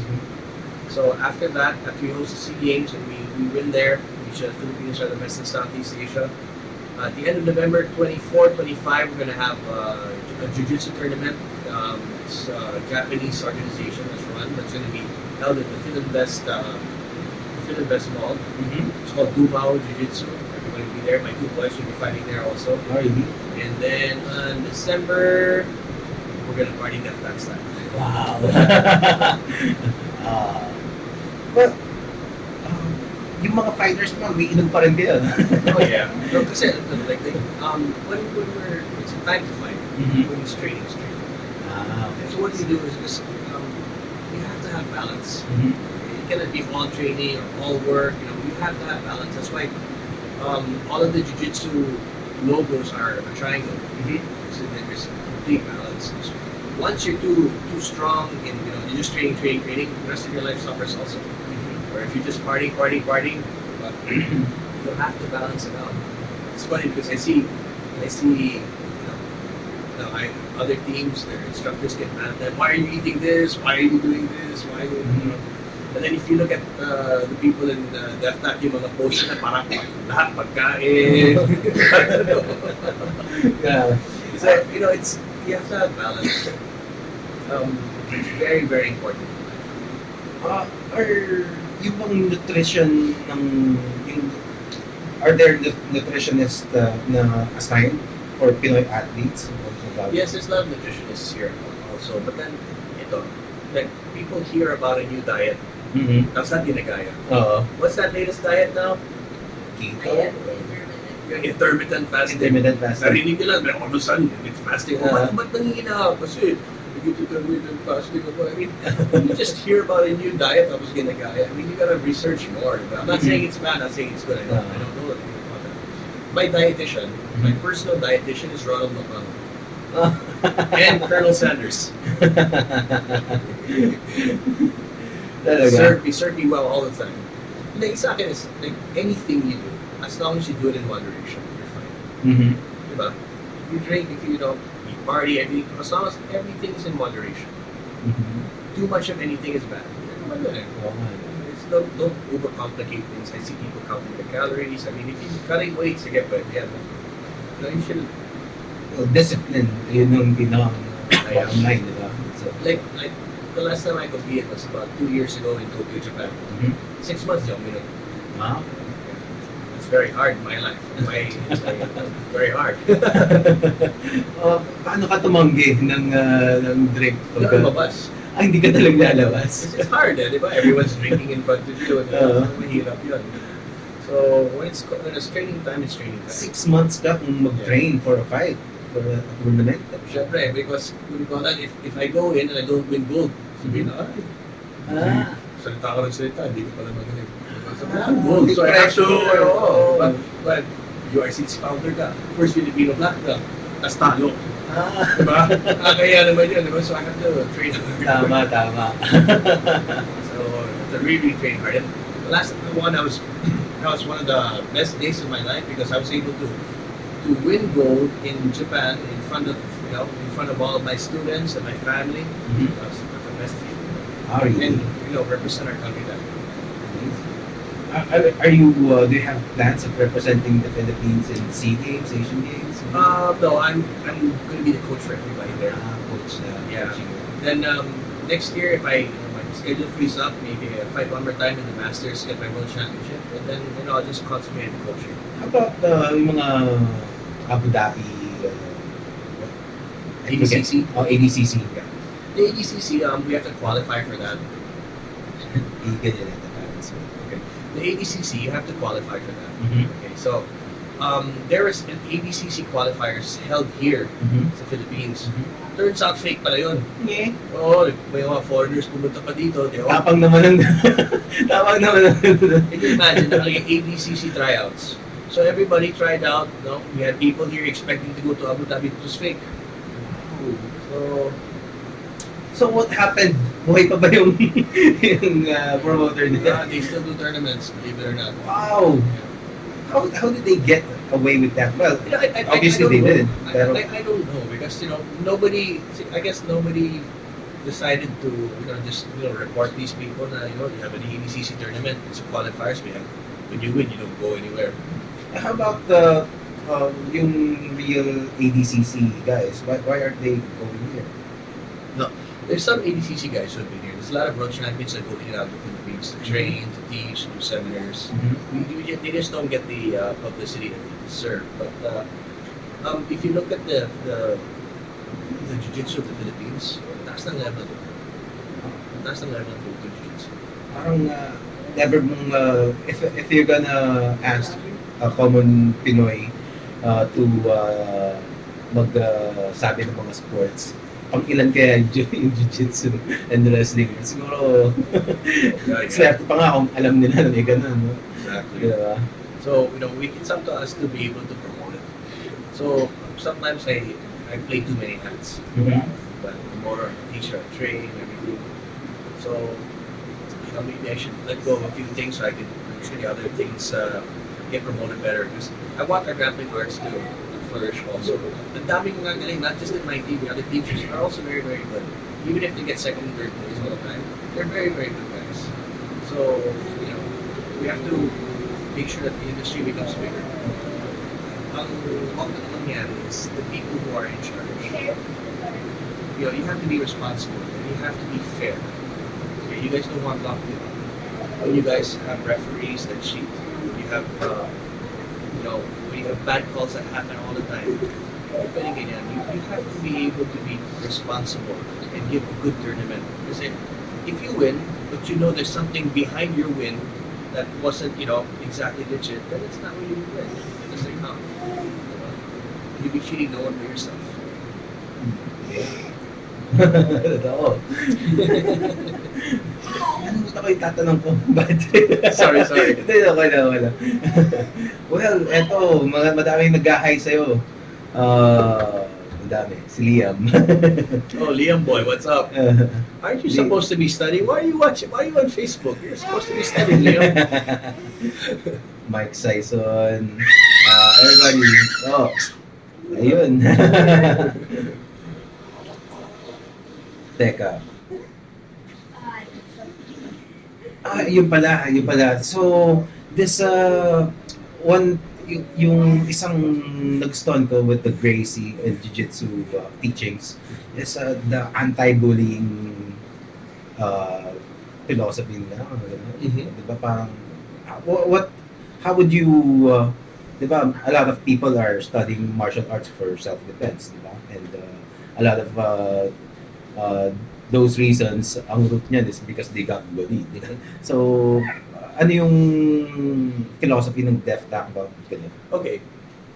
So after that, after we host the SEA Games and we, we win there, which uh, Philippines are the best in Southeast Asia, uh, at the end of November 24, 25, we're going to have uh, a jiu-jitsu tournament. Um, it's a Japanese organization that's run that's going to be held at the Fit and Best, uh, Fit and Best Mall. Mhm. It's called Dubao Jiu-Jitsu. We're going to be there. My two boys will be fighting there also. Are you? And then on December, we're gonna party death tax time. Wow. Ah. well, um, yung mga fighters mo, umiinom pa rin din. Oh yeah. No, kasi ano, like, like um when when we're it's a time to fight when it's training it's training. Mm-hmm. Ah, okay. So what we do is just um you have to have balance. Mhm. It cannot be all training or all work. You know, you have to have balance. That's why um all of the jujitsu logos are a triangle. Mhm. So there's a complete balance. Once you're too too strong and you know you're just training, training, training, the rest of your life suffers also. Or if you're just partying, partying, partying, but you have to balance it out. It's funny because I see, I see, you know, no, I, other teams, their instructors get mad at them. Why are you eating this? Why are you doing this? Why are you? you know? And then if you look at uh, the people in uh, DefNac, yung mga posts na parang lahat pagkain. Yeah. so, you know, it's, you have to have balance. Um, it's very, very important. Uh, are yung bang nutrition ng yung are there nu- nutritionists uh, na assigned for Pinoy athletes? Yes, there's a lot of nutritionists here also, but then in ito. Like, people hear about a new diet. Mm-hmm. Tapos not ginagaya. Oo. What's that latest diet now? Keto. Yung intermittent fasting. Intermittent fasting. Narinig nila, may all of a sudden, it's fasting. Oh, Uh-huh. ba't ba't nangihina ako? Kasi, nag-intermittent fasting ako. I mean, you just hear about a new diet tapos ginagaya. I mean, you gotta research more. diba? I'm not saying it's bad, I'm not saying it's good. I don't, I don't know anything about that. My dietitian, my personal dietitian is Ronald McDonald. and Colonel Sanders. Talaga. Served me, served me well all the time. And like, sa akin is, like, anything you do, as long as you do it in moderation, you're fine. Mm-hmm. Diba? If you drink, if you don't, you party, everything, as long as everything is in moderation. Too much of anything is bad. Ano naman yun eh? It's don't, don't overcomplicate things. I see people counting the calories. I mean, if you're cutting weight, sige, but yeah. No, you should, Well, Oh, discipline, yun yung pinang Ayaw. bottom line, di ba? So, like, like, the last time I competed was about two years ago in Tokyo, Japan. Mhm. Six months, yung minute. ah. It's very hard in my life. In my, in my, very hard. oh, paano ka tumanggi ng, ah, ng drink? Hindi ako lumabas. Ah, hindi ka talaga lalabas. It's, it's hard, eh, di ba? Everyone's drinking in front of you. And, uh, Oo. mahirap yun. So, when it's, when it's training time, it's training time. Six months ka kung mag-train for a fight, for a tournament. Siyempre, because, kung ikaw na, if, if I go in and I don't win gold, sabihin na, ay, Ah, salita ka ng salita, hindi ka pala magaling. So, Ah, gold. So, I have to, pressure. oo. But, but, you are six pounder ka. First Filipino black ka. Tapos talo. ah. Diba? ah, kaya naman yun, diba? So, I have to train Tama, tama. So it's a really great hard. And the last one I was that was one of the best days of my life because I was able to to win gold in Japan in front of you know in front of all of my students and my family. Mhm. That was the best thing. How are Mm-hmm. And you? you know represent our country that way. Are, are you, uh, do you have plans of representing the Philippines in SEA Games, Asian Games? Uh, no, I'm I'm gonna be the coach for everybody there. Ah, coach na. Yeah. Then um, next year, if I you know, my schedule frees up, maybe I fight one more time in the Masters, get my world championship, and then you know I'll just concentrate on coaching. How about uh, yung mga Abu Dhabi, uh, I forget. ABCC? Oh, ABCC. Yeah. The ADCC, um, we have to qualify for that. Ganyan na parents. The ADCC, you have to qualify for that. Mm-hmm. Okay, so um, there is an ADCC qualifiers held here Mm-hmm. sa Philippines. Turns out fake pala yun. Yeah. Oo, may mga foreigners pumunta pa dito. They all, Tapang naman ang... Tapang naman ang... Can you imagine nakalagay ADCC tryouts? So everybody tried out. No, we had people here expecting to go to Abu Dhabi. It was fake. So so what happened? Buhay pa ba yung, yung uh, promoter yeah, nila? they still do tournaments, believe it or not. Wow! How, how did they get away with that? Well, You know, I, I, Obviously, I, I don't they know. didn't, I, pero- I, I don't know because you know nobody. I guess nobody decided to you know just you know report these people. Na, you know you have an ABCC tournament. It's a qualifiers. We have when you win, you don't go anywhere. how about the um, yung real ADCC guys? Why, why are they going here? There's some ABCC guys who have been here. There's a lot of world champions that go in and out of the Philippines to train, to teach, to do seminars. You- you- They just don't get the uh, publicity that they deserve. But uh, um, if you look at the the, the jiu-jitsu of the Philippines, that's the level. That's the level of the jiu-jitsu. Parang uh, never mong... Uh, if, if you're gonna ask a common Pinoy uh, to uh, magsabi ng mga sports, pang ilan kaya yung ju- yung jiu-jitsu and wrestling? Siguro, swerte pa nga kung alam nila na may ganun. No? Exactly. Diba? So you know, we, it's up to us to be able to promote it. So sometimes I I play too many hats, but promoter, teacher, train, everything. So you know, maybe I should let go of a few things so I can make sure the other things uh, get promoted better. Because I want our grappling arts to flourish also. The daming mga galing, not just in my team, the other teachers are also very very good. Even if they get second and third place all the time, they're very very good guys. So you know, we have to make sure that the industry becomes bigger. Um, Ang huwag na naman yan is the people who are in charge. You know, you have to be responsible and you have to be fair. Okay, you guys don't want luck. you know. When you guys have referees that cheat, you have, uh, you know, when you have bad calls that happen all the time, pwede ganyan. You, you have to be able to be responsible and give a good tournament. Kasi if you win, but you know there's something behind your win that wasn't, you know, exactly legit, then it's not really win. It doesn't count. Diba? You'd be cheating no one but yourself. Totoo. ano ba ako itatanong ko? Bakit? Sorry, sorry. Hindi, okay na, okay na. well, eto, mga madaming nag-hi sa'yo. Ah, madami. Si Liam. Oh, Liam boy, what's up? Aren't you Liam. supposed to be studying? Why are you watching? Why are you on Facebook? You're supposed to be studying, Liam. Mike Sison. Ah, everybody. Oh, ayun. Teka. Ah, yun pala, yun pala. So, this uh, one y- yung isang nagustuhan ko with the Gracie uh, Jiu-Jitsu uh, teachings is uh, the anti-bullying uh, philosophy nila. ano, Mhm. Di ba parang, ah, wha- what, how would you, uh, di ba, a lot of people are studying martial arts for self-defense, di ba? And uh, a lot of uh, uh, those reasons, ang root niyan is because they got bullied. So, ano yung philosophy ng Def Tech about ganun? okay,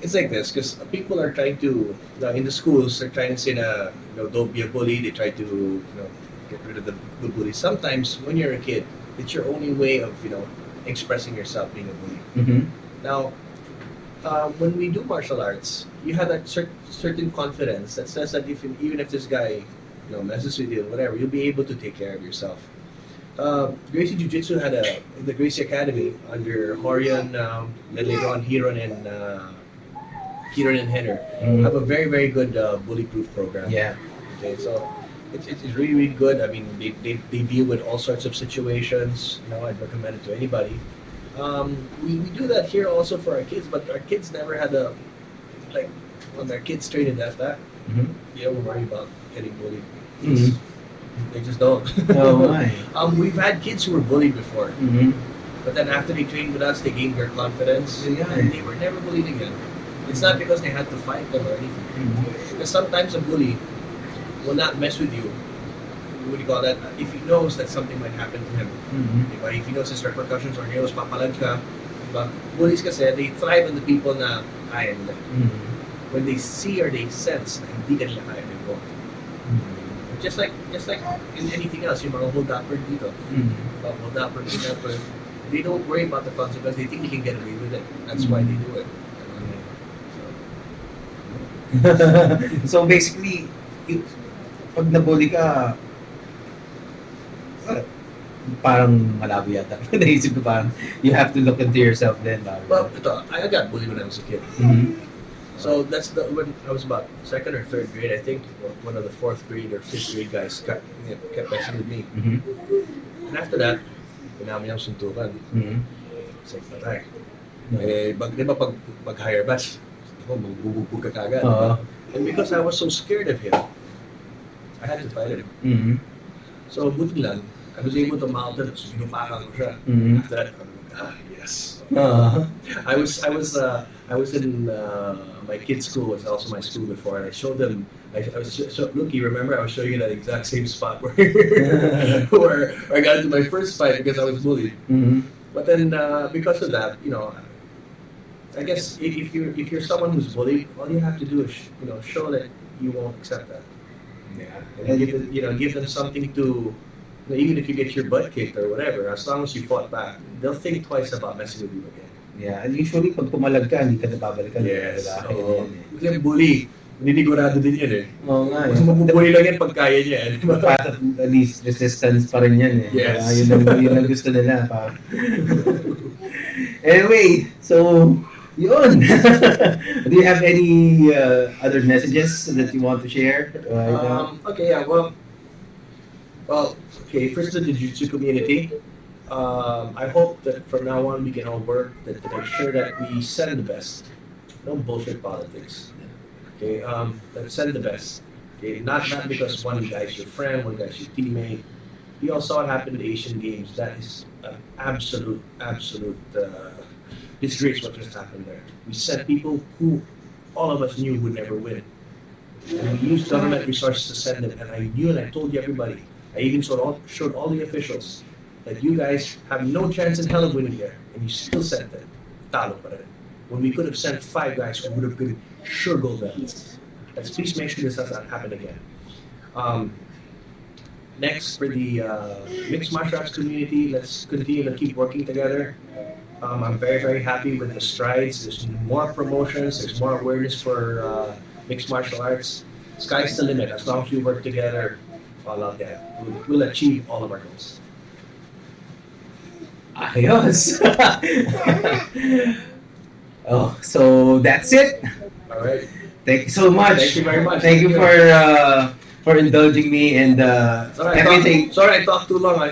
it's like this because people are trying to now in the schools they're trying to say na you know don't be a bully. They try to you know get rid of the, the bully. Sometimes when you're a kid, it's your only way of you know expressing yourself being a bully. Mm-hmm. Now, uh, when we do martial arts, you have that cer- certain confidence that says that if, even if this guy, you know, messes with you, whatever, you'll be able to take care of yourself. Uh, Gracie Jiu Jitsu had a the Gracie Academy under Horion, um, then later on Hiron and uh, Hiron and Henner have a very very good uh, bully-proof program. Mm-hmm. Yeah. Okay, so it's, it's, it's really, really good. I mean, they, they, they deal with all sorts of situations. You know, I'd recommend it to anybody. Um, we, we do that here also for our kids, but our kids never had a, like, when their kids train in that, Mhm. they don't worry about getting bullied. Mhm. They just don't. Oh, my. um, we've had kids who were bullied before, Mm-hmm. but then after they trained with us, they gained their confidence, Yeah. and they were never bullied again. It's not because they had to fight them or anything. Mm-hmm. Because sometimes a bully will not mess with you. What do you call that? If he knows that something might happen to him. Mm-hmm. Diba? If he knows his repercussions or he knows papalag ka. Diba? Bullies kasi, they thrive on the people na kaya nila. When they see or they sense na hindi ka nila kaya they walk. Just like, just like in anything else, yung mga hold-upper dito. Mga hold-upper, hold-upper. They don't worry about the consequences. They think they can get away with it. That's why they do it. so So, basically, y- pag nabully ka, ah, parang malabo yata. Naisip ko parang, you have to look into yourself then. parang- well, ito, I got bullied when I was a kid. Mhm. So that's the when I was about second or third grade, I think one of the fourth grade or fifth grade guys kept, you know, kept messing with me. Mhm. And after that, pinami yung suntukan. Mhm. It's like, patay. Mm-hmm. Eh, bag, di ba pag, pag higher batch, ako, magbubugbog ka kagad. Oo. And because I was so scared of him, I hadn't fighted him. Mhm. So buti lang, I was able to mount it, binupakang ko siya. Mhm. After that, ah, yes. Ah. I was I was uh, I was in uh, my kid's school was also my school before, and I showed them. I, I was so look, you remember I was showing you that exact same spot where where I got into my first fight because I was bullied. Mhm. But then uh, because of that, you know, I guess if, if you if you're someone who's bullied, all you have to do is sh- you know show that you won't accept that. Yeah. And give them, you know give them something to. you know, Even if you get your butt kicked or whatever, as long as you fought back, they'll think twice about messing with you again. Yeah, and usually pag pumalag ka, hindi ka nababalikan. Yes. Lalaki Oo. din eh. Kasi bully, ninigurado din yan eh. Oo nga eh. Mas mabubuli lang yan pag kaya niya. eh, di ba? Path of least resistance pa rin yan eh. Yes. Ah, yun, ang, yun ang gusto nila. Pa. anyway, so, yun. Do you have any uh, other messages that you want to share uh, right now? Um, okay, yeah, well, well, okay, first of the Jiu-Jitsu community, um, I hope that from now on we can all work to to make sure that we send the best. No bullshit politics. Okay, um, let's send the best. Okay, not, not because one guy's your friend, one guy's your teammate. We all saw what happened at Asian Games. That is an absolute, absolute uh, disgrace what just happened there. We sent people who all of us knew would never win. And we used government resources to send them. And I knew and I told everybody. I even showed all, showed all the officials that you guys have no chance in hell of winning here. And you still sent them. Talo pa rin. When we could have sent five guys who would have been sure gold medalists. Let's please make sure this does not happen again. Um, next, for the uh, mixed martial arts community, let's continue to keep working together. Um, I'm very, very happy with the strides. There's more promotions, there's more awareness for uh, mixed martial arts. Sky's the limit. As long as we work together, all out there, we'll, we'll achieve all of our goals. Ayos! oh, so that's it. All right. Thank you so much. Thank you very much. Thank you for uh, for indulging me and uh, Sorry, I everything. Talk, sorry, I talked too long. I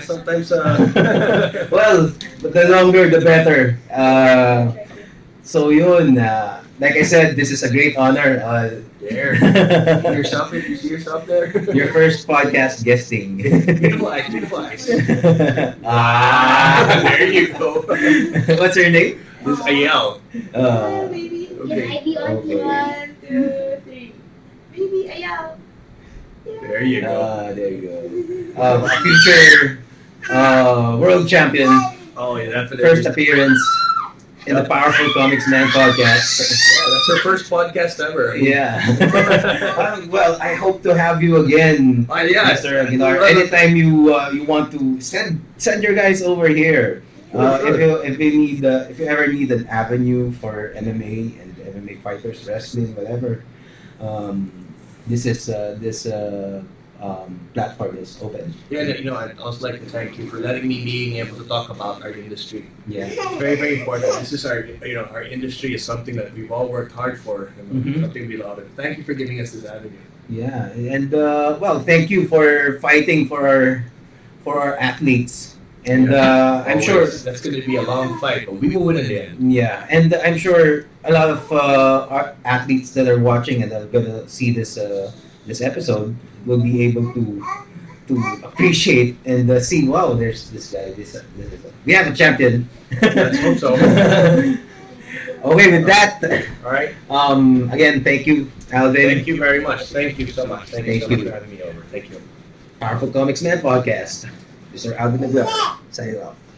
sometimes. Uh, well, the longer the better. Uh, so yun, uh, like I said, this is a great honor. Uh, there. See yourself, you see yourself there. your first podcast guesting. beautiful eyes, beautiful eyes. ah, there you go. What's your name? This is Ayel. Uh, baby. okay, Can I be on okay. one, two, three? Baby, ayaw. There you go. ah, there you go. Um, a future uh, world champion, Oh, yeah, definitely. first appearance in the Powerful Comics Man podcast. Yeah, that's her first podcast ever. Yeah. um, well, I hope to have you again, Oh, yeah. Mr. Aguilar. Anytime you uh, you want to send send your guys over here. Uh, Sure. if you if you need uh, if you ever need an avenue for MMA and MMA fighters, wrestling, whatever, um, this is uh, this uh, um, platform is open. Yeah, you know, I'd also like to thank you for letting me being able to talk about our industry. Yeah. It's very, very important. This is our, you know, our industry is something that we've all worked hard for and Mhm. something we love. And thank you for giving us this avenue. Yeah, and uh, well, thank you for fighting for our for our athletes, and uh, I'm Always. sure That's going to be a long fight, but we will win in the end. Yeah, and I'm sure a lot of uh, our athletes that are watching and are gonna see this uh, this episode will be able to to appreciate and uh, see. Wow, there's this guy. This, uh, this is we have a champion. Let's hope so. okay, with that, All right. um, again, thank you, Alvin, Thank you very much. Thank you so much. Thank, you so Thank you. much for having me over. Thank you. Powerful Comics Man podcast, Mr. Alvin Aguilar, signing off.